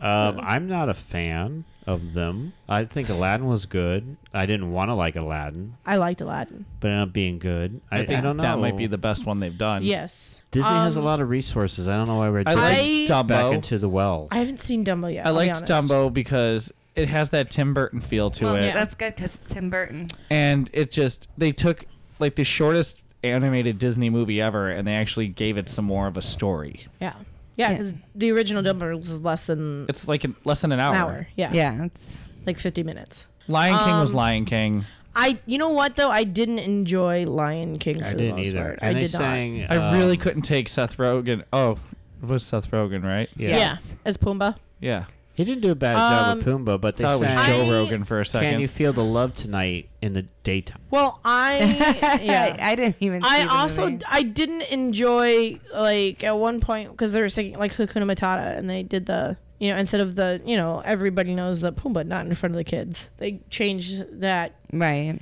Um, I'm not a fan of them. I think Aladdin was good. I didn't want to like Aladdin,
I liked Aladdin.
but it ended up being good. I, I,
think
don't know.
that might be the best one they've done.
Yes.
Disney has a
Um,
lot of resources. I don't know why we're
I liked
dipping
Dumbo.
back into the well.
I haven't seen Dumbo yet.
I
I'll be
liked
honest.
Dumbo because it has that Tim Burton feel to
Well,
it.
That's good because it's Tim Burton.
and it just they took like the shortest animated Disney movie ever, and they actually gave it some more of a story.
Yeah. Yeah,
Yeah.
because the original Dumbo was less than
It's like an, less than an hour.
an hour. Um, Yeah.
Yeah, it's
Like 50 minutes.
Lion King was Lion King.
I, you know what though? I didn't enjoy Lion King for
I
the
didn't
most
either.
part.
And
I
they
did not.
sang.
I really
um,
couldn't take Seth Rogen. Oh, it was Seth Rogen, right?
Yeah.
Yeah, as Pumbaa.
Yeah.
He didn't do a bad job with
Um,
Pumbaa, but they
Thought it was
sang.
Joe
I-
Rogan for a second.
Can you feel the love tonight in the daytime?
Well, I
(laughs)
yeah.
I, didn't even. see
I
the
also
movie.
I didn't enjoy like at one point because they were singing like Hakuna Matata and they did the you know instead of the you know everybody knows the Pumbaa not in front of the kids they changed that
right.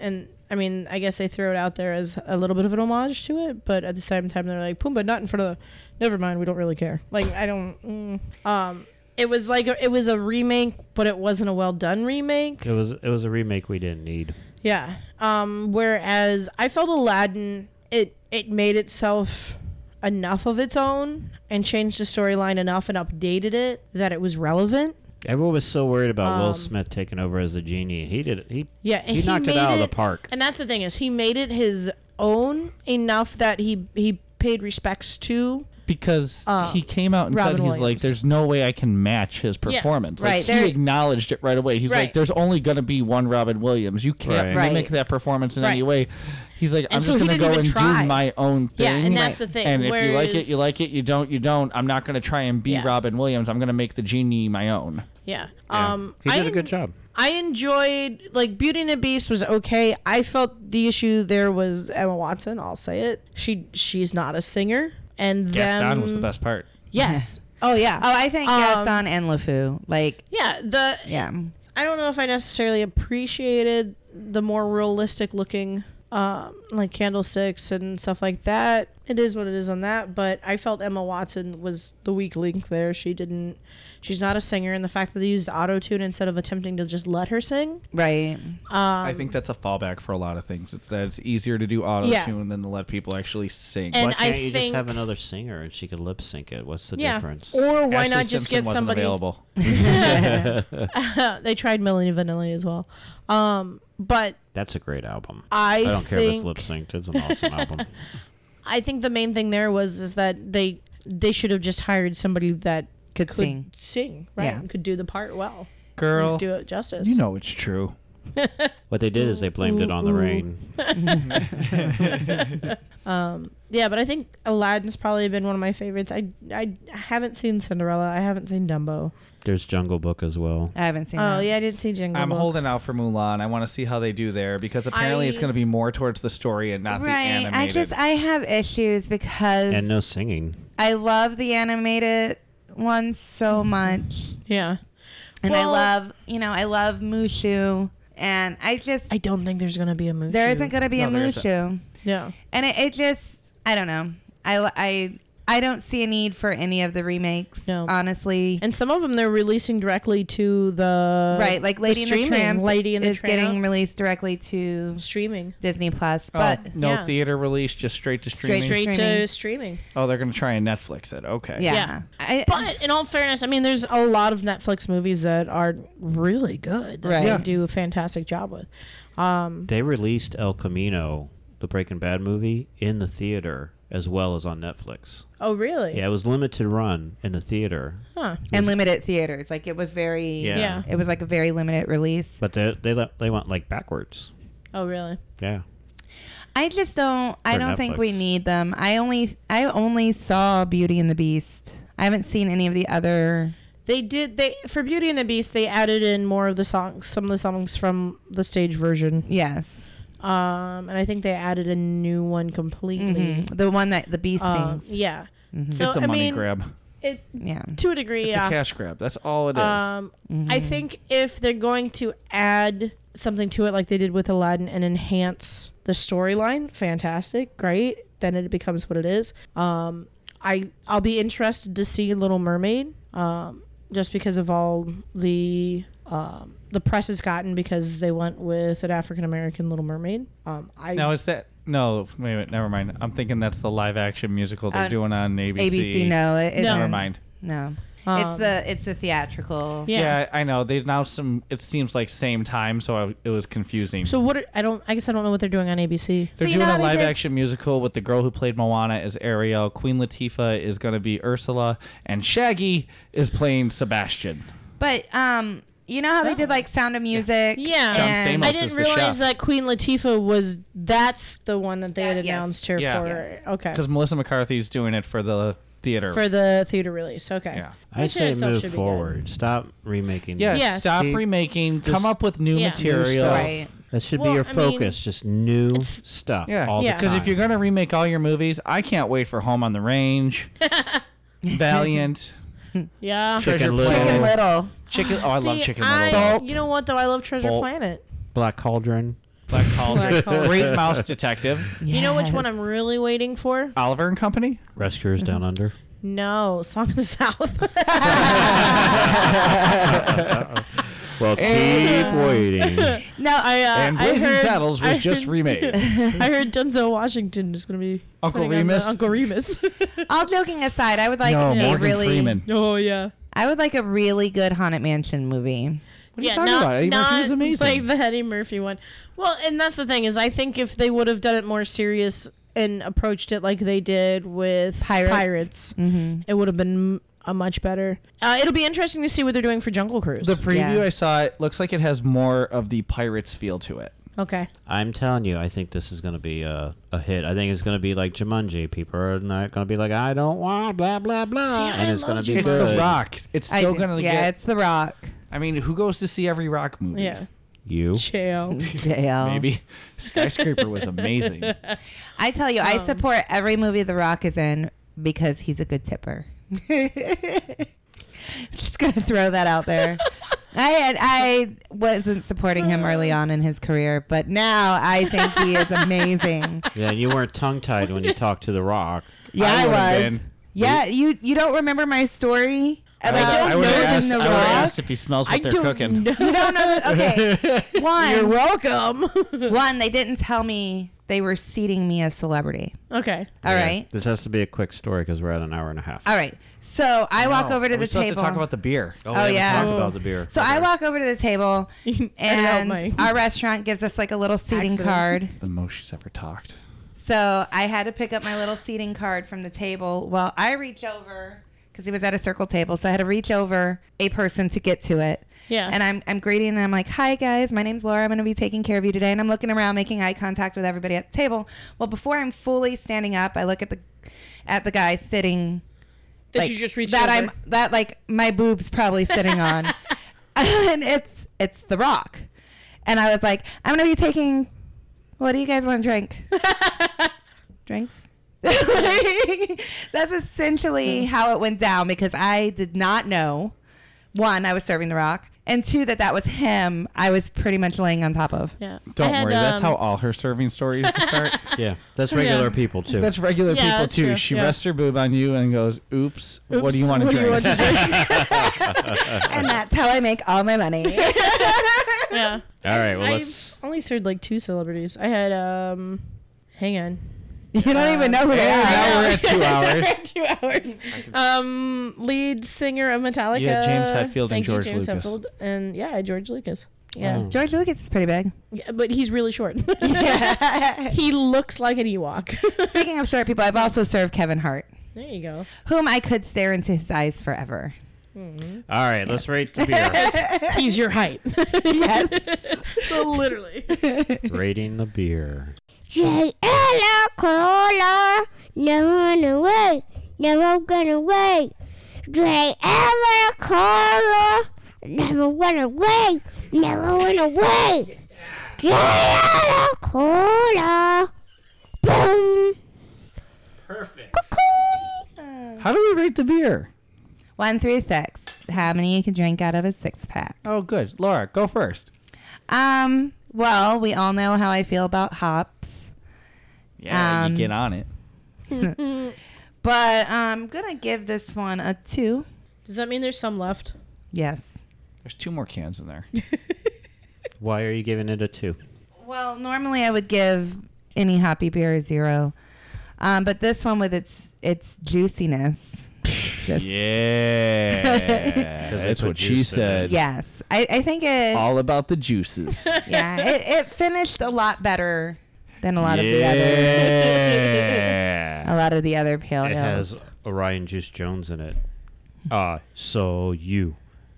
and I mean I guess they threw it out there as a little bit of an homage to it but at the same time they're like Pumbaa not in front of the never mind we don't really care like I don't mm. um it was like a, it was a remake but it wasn't a well done remake
It was it was a remake we didn't need.
yeah. Um, whereas I felt Aladdin, it it made itself enough of its own and changed the storyline enough and updated it that it was relevant.
Everyone was so worried about Will Smith taking over as the genie. He did. He
Um, Yeah, and
he, knocked it
made
out of the park.
And that's the thing is he made it his own enough that he he paid respects to.
because he came out and
Uh, Robin
said he's like,
Williams.
"There's no way I can match his performance."
right,
Like,
there-
he acknowledged it right away. He's
Right.
like, "There's only going to be one Robin Williams. You can't
Right.
mimic that performance in any
Right.
way." He's like, "I'm
so
just
he
going to
didn't
go
even
and
try.
do my own
Yeah,
thing."
and that's the thing,
And if you like it, you
whereas-
like it. You don't, you don't. I'm not going to try and be
Yeah.
Robin Williams. I'm going to make the genie my own."
Yeah.
Yeah.
Um
He
I
did a good
en-
job.
I enjoyed like Beauty and the Beast was okay. I felt the issue there was Emma Watson, I'll say it. She she's not a singer. And
Gaston
them-
was the best part.
(laughs)
Yes. oh yeah.
Oh, I think
Um,
Gaston and LeFou. Like,
Yeah, the
yeah,
I don't know if I necessarily appreciated the more realistic looking um, like candlesticks and stuff like that. It is what it is on that, but I felt Emma Watson was the weak link there. She didn't she's not a singer and the fact that they used auto tune instead of attempting to just let her sing.
right.
I think that's a fallback for a lot of things. It's that it's easier to do auto tune than to let people actually sing.
And
Why
I
can't you just have
think-
another singer and she could lip sync it? What's the
Yeah.
difference?
Or why
Ashley
not just
Simpson
get
wasn't
somebody (laughs)
available.
they tried Melanie Vanilli as well. Um but
That's a great album.
I
don't care if it's
think- (laughs)
lip synked. It's an awesome album.
I think the main thing there was is that they they should have just hired somebody that
could, sing.
sing, right?
Yeah.
And could do the part well.
Girl,
Could do it justice.
You know it's true.
What they did is they blamed it on the rain.
um, yeah, but I think Aladdin's probably been one of my favorites. I, I haven't seen Cinderella. I haven't seen Dumbo.
There's Jungle Book as well.
I haven't seen.
oh yeah, I didn't see Jingle.
I'm
Book.
holding out for Mulan. I want to see how they do there because apparently it's
I-
going to be more towards the story and not the
Right.
animated.
I just
uh,
I have issues because
And no singing.
I love the animated ones
Mm-hmm.
so much.
Yeah.
And I
Well-
love, you know, I love Mushu. And I just.
I don't think there's going to be a Mushu.
There isn't going to be
No,
a
there isn't.
Mushu.
Yeah.
And it, it just, I don't know. I, I, I don't see a need for any of the remakes, honestly.
And some of them they're releasing directly to the
right, like Lady in the
streaming.
Tramp
Lady in the
is
Tramp.
getting released directly to
streaming
Disney Plus,
Oh,
but
no
yeah.
theater release, just straight to streaming.
Straight to Straight to
to streaming.
Oh, they're going to try and Netflix it. Okay.
but in all fairness, I mean, there's a lot of Netflix movies that are really good. That
Right.
they
Yeah.
do a fantastic job with. Um,
They released El Camino, the Breaking Bad movie, in the theater as well as on Netflix.
oh, really?
Yeah, it was limited run in the theater,
Huh.
And limited theaters. Like it was very.
Yeah. Yeah.
It was like a very limited release.
but they they le- they went like backwards.
Oh, really?
Yeah,
I just don't. I
For
don't think
Netflix.
we need them. I only. I only saw Beauty and the Beast. I haven't seen any of the other.
They did. They for Beauty and the Beast, they added in more of the songs, some of the songs from the stage version.
Yes.
Um, and I think they added a new one completely.
Mhm. The one that the Beast
Mm-hmm. Um,
sings.
Yeah.
Mhm.
So,
Mm-hmm. It's a
I
money
mean,
grab.
It
yeah.
To a degree,
It's
yeah.
a cash grab. That's all it is.
Um, I think if they're going to add something to it, like they did with Aladdin, and enhance the storyline, fantastic, great. Then it becomes what it is. Um, I I'll be interested to see Little Mermaid, um, just because of all the um, the press has gotten because they went with an African American Little Mermaid. Um, I
now is that no? Wait a minute. Never mind. I'm thinking that's the live action musical they're
Uh,
doing on ABC.
ABC, no, it isn't.
Never mind.
No.
Um,
it's the. It's the theatrical.
Yeah. I know. They announced some. It seems like same time, so I, it was confusing.
so what? Are, I don't. I guess I don't know what they're doing on ABC.
They're doing a live action musical with the girl who played Moana as Ariel, Queen Latifah is going to be Ursula, and Shaggy is playing Sebastian.
But um, you know how they did like Sound of Music.
Yeah,
John
and-
Stamos
I
is
didn't
the
realize
chef.
that Queen Latifah was that's the one that they had announced her
Yeah.
for. Okay,
Because Melissa McCarthy's doing it for the theater.
for the theater release. Okay,
Yeah.
I
Which in
say
itself
move
should be good.
forward. Stop remaking.
yeah,
these.
stop
See,
remaking.
just
Come up with new
new
material.
stuff. That should
Well,
be your
I mean,
focus. just new stuff.
Yeah,
all the
because
time.
if you're going to remake all your movies, I can't wait for Home on the
(laughs)
Range, Valiant,
yeah.
Treasure
Little.
Planet,
Chicken
Little.
Chicken. Oh, I love
See,
Chicken
I-
Little.
You know what though? I love Treasure
Bolt.
Planet.
Black Cauldron.
Black Cauldron.
Black Cauldron.
Great Mouse Detective.
You know which one I'm really waiting for?
Oliver and Company.
Rescuers Down
Mm-hmm.
Under.
No, Song of the South. (laughs)
Well,
Hey.
Uh-huh.
keep
(laughs)
waiting.
no, I uh,
And
I
Blazing
heard-
Saddles was
I
just (laughs)
heard-
remade.
I heard Denzel Washington is going to be
Uncle
playing on the-
Remus?
Uncle Remus. (laughs)
uh, All joking aside, I would like
no,
a
Morgan
really.
Freeman.
oh yeah.
I would like a really good haunted mansion movie.
What are you talking about? Eddie Murphy was amazing.
Like the Eddie Murphy one. Well, and that's the thing is, I think if they would have done it more serious and approached it like they did with
Pirates.
Mm-hmm.
it would have been a much better. Uh, it'll be interesting to see what they're doing for Jungle Cruise.
The preview
Yeah.
I saw it looks like it has more of the pirates feel to it.
okay,
Oh,
I'm telling you, I think this is going to be a, a hit. I think it's going to be like Jumanji. People are not going to be like, I don't want blah blah blah,
See, I
and it's going to
love
be
It's
good.
The Rock. It's
I
still
do-
gonna
yeah,
get.
it's The
(laughs)
Rock.
I mean, who goes to see every Rock movie?
yeah,
You
(laughs)
chill.
Dale.
Maybe (laughs) skyscraper was amazing. (laughs)
I tell you,
Um,
I support every movie The Rock is in because he's a good tipper. (laughs) Just gonna throw that
(laughs)
out there. I had, I wasn't supporting him early on in his career, but now I think he is
(laughs)
amazing.
yeah, and you weren't tongue tied
(laughs)
when you talked to The Rock.
Yeah, I,
would've
was.
been-
Yeah, you you don't remember my story? And
would've-
I don't
would've
know
asked,
them
I
the
would've
rock.
asked if he smells what they're cooking.
You don't know. Okay,
(laughs)
You're
one
welcome.
one they didn't tell me they were seating me as celebrity.
(laughs) okay,
Uh,
All right.
This has to be a quick story because we're at an hour and a half.
All right. So I walk
No,
over to
we
the
still have
table.
to talk about the beer.
Oh, we
Oh,
haven't
yeah.
talked about the beer.
so I walk over to
(laughs)
the table,
You can edit out
and
my-
our restaurant gives us like a little
(laughs)
seating
Accident.
card.
It's the most she's ever talked.
So I had to pick up my little seating card from the table. Well, I reach over because he was at a circle table, so I had to reach over a person to get to it.
Yeah.
And I'm I'm greeting and I'm like, "Hi guys, my name's Laura. I'm going to be taking care of you today." And I'm looking around, making eye contact with everybody at the table. Well, before I'm fully standing up, I look at the at the guy sitting
That you just reached
that
over.
I'm that like my boobs probably sitting
(laughs)
on, and it's it's The Rock, and I was like, I'm gonna be taking. What do you guys want to drink? Drinks. (laughs) That's essentially how it went down because I did not know. One, I was serving The Rock, and two, that that was him. I was pretty much laying on top of.
Yeah. um,
Don't worry. that's how all her serving stories start.
yeah, that's
Yeah.
regular people too.
That's regular
Yeah,
people
that's
too.
true.
She
Yeah.
rests her boob on you and goes, "Oops, what do you
Oops,
want to
what do you
drink?"
want and that's how I make all my (laughs) money.
yeah.
All right, well
I've
let's.
only served like two celebrities. I had um, hang on.
You don't even know who they are.
(laughs) now we're at (laughs)
(laughs)
(laughs)
two hours.
two hours. Um, lead singer of Metallica.
Yeah, James Hetfield and
Thank you,
George
James
Lucas.
Hetfield. And yeah, George Lucas. Yeah.
Oh.
George Lucas is pretty big.
Yeah, but he's
(laughs)
really short. he looks like an Ewok. (laughs)
Speaking of short people, I've also served Kevin Hart,
There you go.
whom I could stare into his eyes forever.
All right, let's rate the beer.
He's your
(laughs)
height.
(laughs)
(laughs)
yes.
so literally.
Rating the beer.
J.L. Cola, never run away, never run away. J.L. Cola, never run away, never run away. J.L. Cola, boom.
How do we rate the beer?
One through six. How many you can drink out of a six pack?
Oh, good. Laura, go first.
Um. Well, we all know how I feel about hops.
Yeah,
Um,
you get on it.
But I'm gonna give this one a two.
Does that mean there's some left?
Yes.
There's two more cans in there.
Why are you giving it a two?
Well, normally I would give any hoppy beer a zero, um, but this one with its its juiciness.
Yeah, (laughs) Oh. that's what she said.
(laughs) Yes, I, I think it.
all about the
(laughs)
juices.
yeah, it, it finished a lot better than a lot of the
Yeah.
other (laughs) a lot of the other pale
It
ales.
has Orion Juice Jones in it. Ah, so you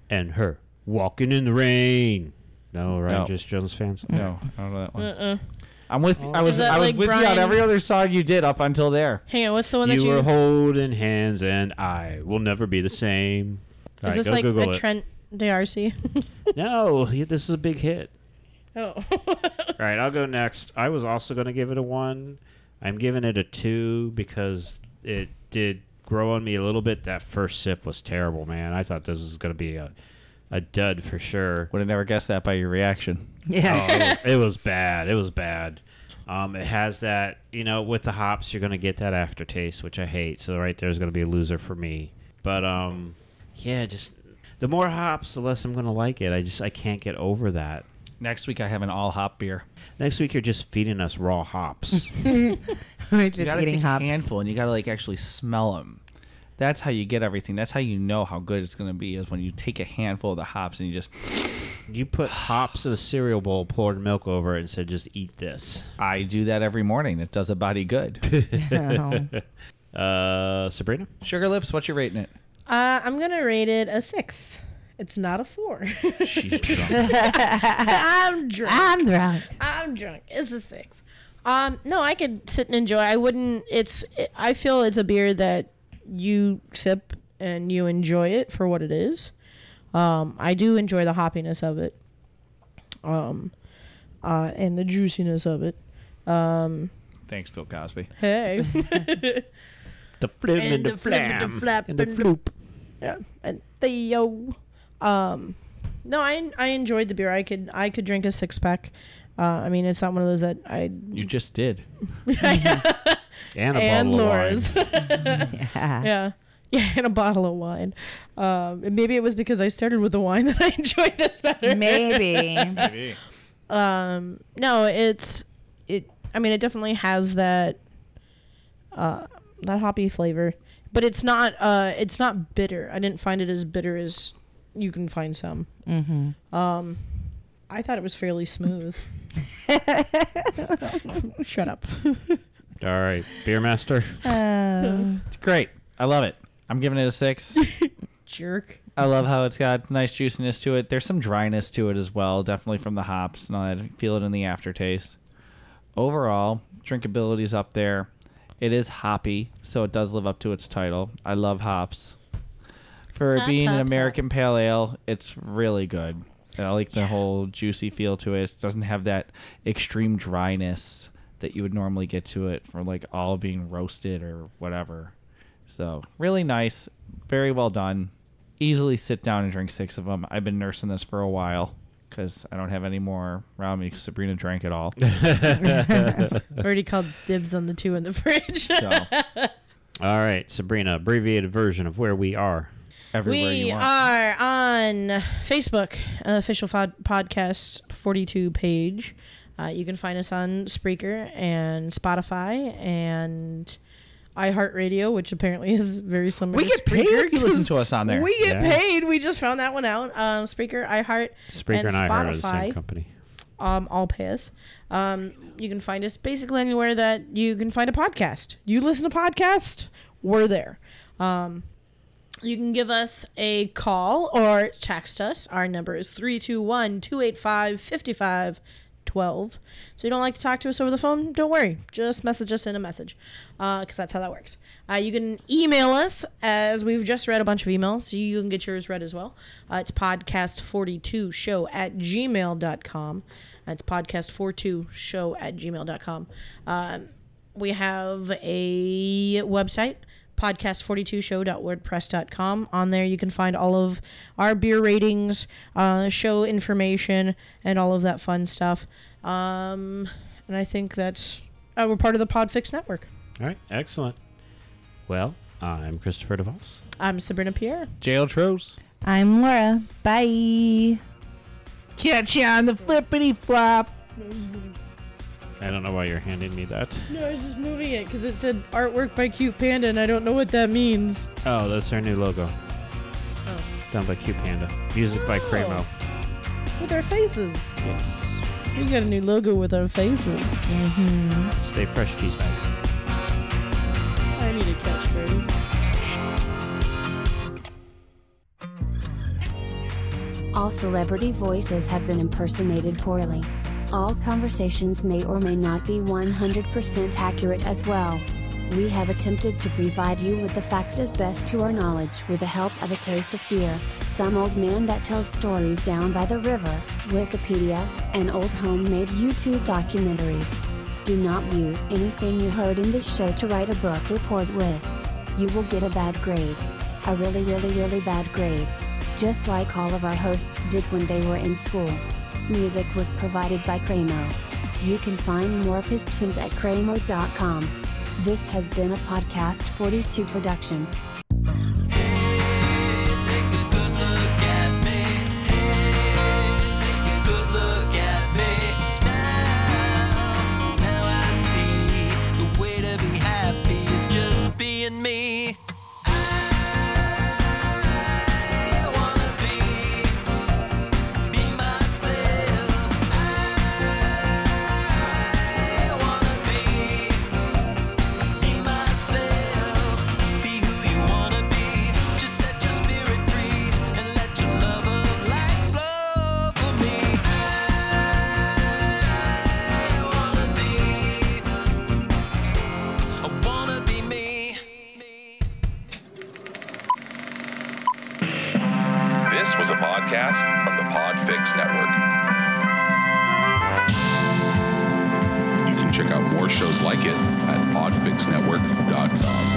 and her walking in the rain. No Orion
No.
Juice Jones fans.
No, I don't know that one.
Uh-uh.
I'm with.
Oh.
I was.
Is that
I was
like
with you on
Brian-
every other song you did up until there.
Hang on. What's the one
you
that you?
were holding hands, and I will never be the same. All right,
is this
go
like
Google
the
it.
Trent D'Arcy? (laughs)
No, this is a big hit.
(laughs)
oh.
All right, I'll go next. I was also going to give it a one. I'm giving it a two because it did grow on me a little bit. That first sip was terrible, man. I thought this was going to be a, a dud for
(laughs)
sure.
Would have never guessed that by your reaction.
(laughs)
Yeah. it was bad. It was bad. Um, it has that, you know, with the hops, you're going to get that aftertaste, which I hate. So right there is going to be a loser for me. But um, yeah, just the more hops, the less I'm going to like it. I just I can't get over that.
Next week I have an all hop beer.
Next week you're just feeding us raw hops.
Just
you gotta
eating
take
hops.
a handful, and you gotta like actually smell them. That's how you get everything. That's how you know how good it's gonna be is when you take a handful of the hops and you just.
you put hops in a cereal bowl, poured milk over it, and said, "Just eat this."
I do that every morning. It does a body good. (laughs)
(laughs)
uh, Sabrina,
Sugar Lips, what you rating it?
Uh, I'm gonna rate it a six. It's not a four. (laughs)
(laughs)
She's
I'm drunk.
I'm drunk.
I'm drunk. It's a six. Um, no, I could sit and enjoy. I wouldn't. It's. I feel it's a beer that you sip and you enjoy it for what it is. Um, I do enjoy the hoppiness of it. Um, uh, and the juiciness of it. Um,
Thanks, Bill Cosby.
hey.
the flim
and the flim and the flap and the floop. (laughs) Yeah, and Theo. Um, no, I I enjoyed the beer. I could I could drink a six pack. Uh, I mean, it's not one of those that I
You just did.
and,
and Laura's. (laughs) yeah. (laughs) yeah. and a bottle of wine. Um, and maybe it was because I started with the wine (laughs) that I enjoyed this better.
Maybe.
Maybe.
um, no, it's it. I mean, it definitely has that uh, that hoppy flavor, but it's not uh, it's not bitter. I didn't find it as bitter as you can find some.
Mm-hmm.
Um, (laughs) I thought it was fairly smooth. Shut up.
(laughs) All right, beer master.
Oh.
It's great. I love it. I'm giving it a six.
Jerk.
I love how it's got nice juiciness to it. There's some dryness to it as well, definitely from the hops, and all that. I feel it in the aftertaste. Overall, drinkability's up there. It is hoppy, so it does live up to its title. I love hops. For it
Hop,
being
hop,
an
hop.
American Pale Ale, it's really good. I like the whole juicy feel to it. It doesn't have that extreme dryness that you would normally get to it from like all being roasted or whatever. So really nice, very well done. Easily sit down and drink six of them. I've been nursing this for a while because I don't have any more around me. 'cause Sabrina drank it all.
Already called dibs on the two in the fridge.
(laughs)
All right, Sabrina, abbreviated version of where we are.
we
uh,
are on Facebook, uh, official fod- podcast 42 page. Uh, you can find us on Spreaker and Spotify and iHeartRadio, which apparently is very similar.
we
to
get
Spreaker.
paid if you listen to us (laughs) on there.
We get paid. We just found that one out. Um, Spreaker, iHeart,
Spreaker
and,
and I are the same
Spotify.
company.
um, all pay us. Um, you can find us basically anywhere that you can find a podcast. You listen to podcast, we're there. Um, you can give us a call or text us. Our number is 321 285 5512. So you don't like to talk to us over the phone? Don't worry. Just message us in a message because that's how that works. Uh, you can email us, as we've just read a bunch of emails, so you can get yours read as well. Uh, it's podcast42show at gmail.com. It's podcast42show at gmail.com. Um, we have a website podcast42show.wordpress.com on there you can find all of our beer ratings uh, show information and all of that fun stuff um, and i think that's uh, we're part of the podfix network
All right, excellent. Well, I'm Christopher DeVos.
i'm sabrina pierre
Jail Tros.
I'm Laura. Bye.
Catch you on the flippity flop.
I don't know why you're handing me that.
no i was just moving it because it said artwork by cute panda and i don't know what that means
Oh, that's our new logo.
Oh.
Done by Q Panda. Music by Cremo.
with our faces we got a new logo with our faces
Stay fresh, cheese bags.
i need a catchphrase
All celebrity voices have been impersonated poorly. All conversations may or may not be 100% accurate as well. We have attempted to provide you with the facts as best to our knowledge with the help of A Case of Fear, Some Old Man That Tells Stories Down by the River, Wikipedia, and old homemade YouTube documentaries. Do not use anything you heard in this show to write a book report with. You will get a bad grade. A really, really, really bad grade just like all of our hosts did when they were in school. Music was provided by Cramo. You can find more of his tunes at cramo.com. This has been a Podcast 42 production.
Take a good look at me. Hey, take a good look at me. Now, now I see the way to be happy is just being me. I wanna be, be myself. I wanna be, be myself. Be who you wanna be. Just set your spirit free and let your love of life flow for me. I wanna be, I wanna be me.
This was a podcast from the Podfix Network. You can check out more shows like it at podfixnetwork.com.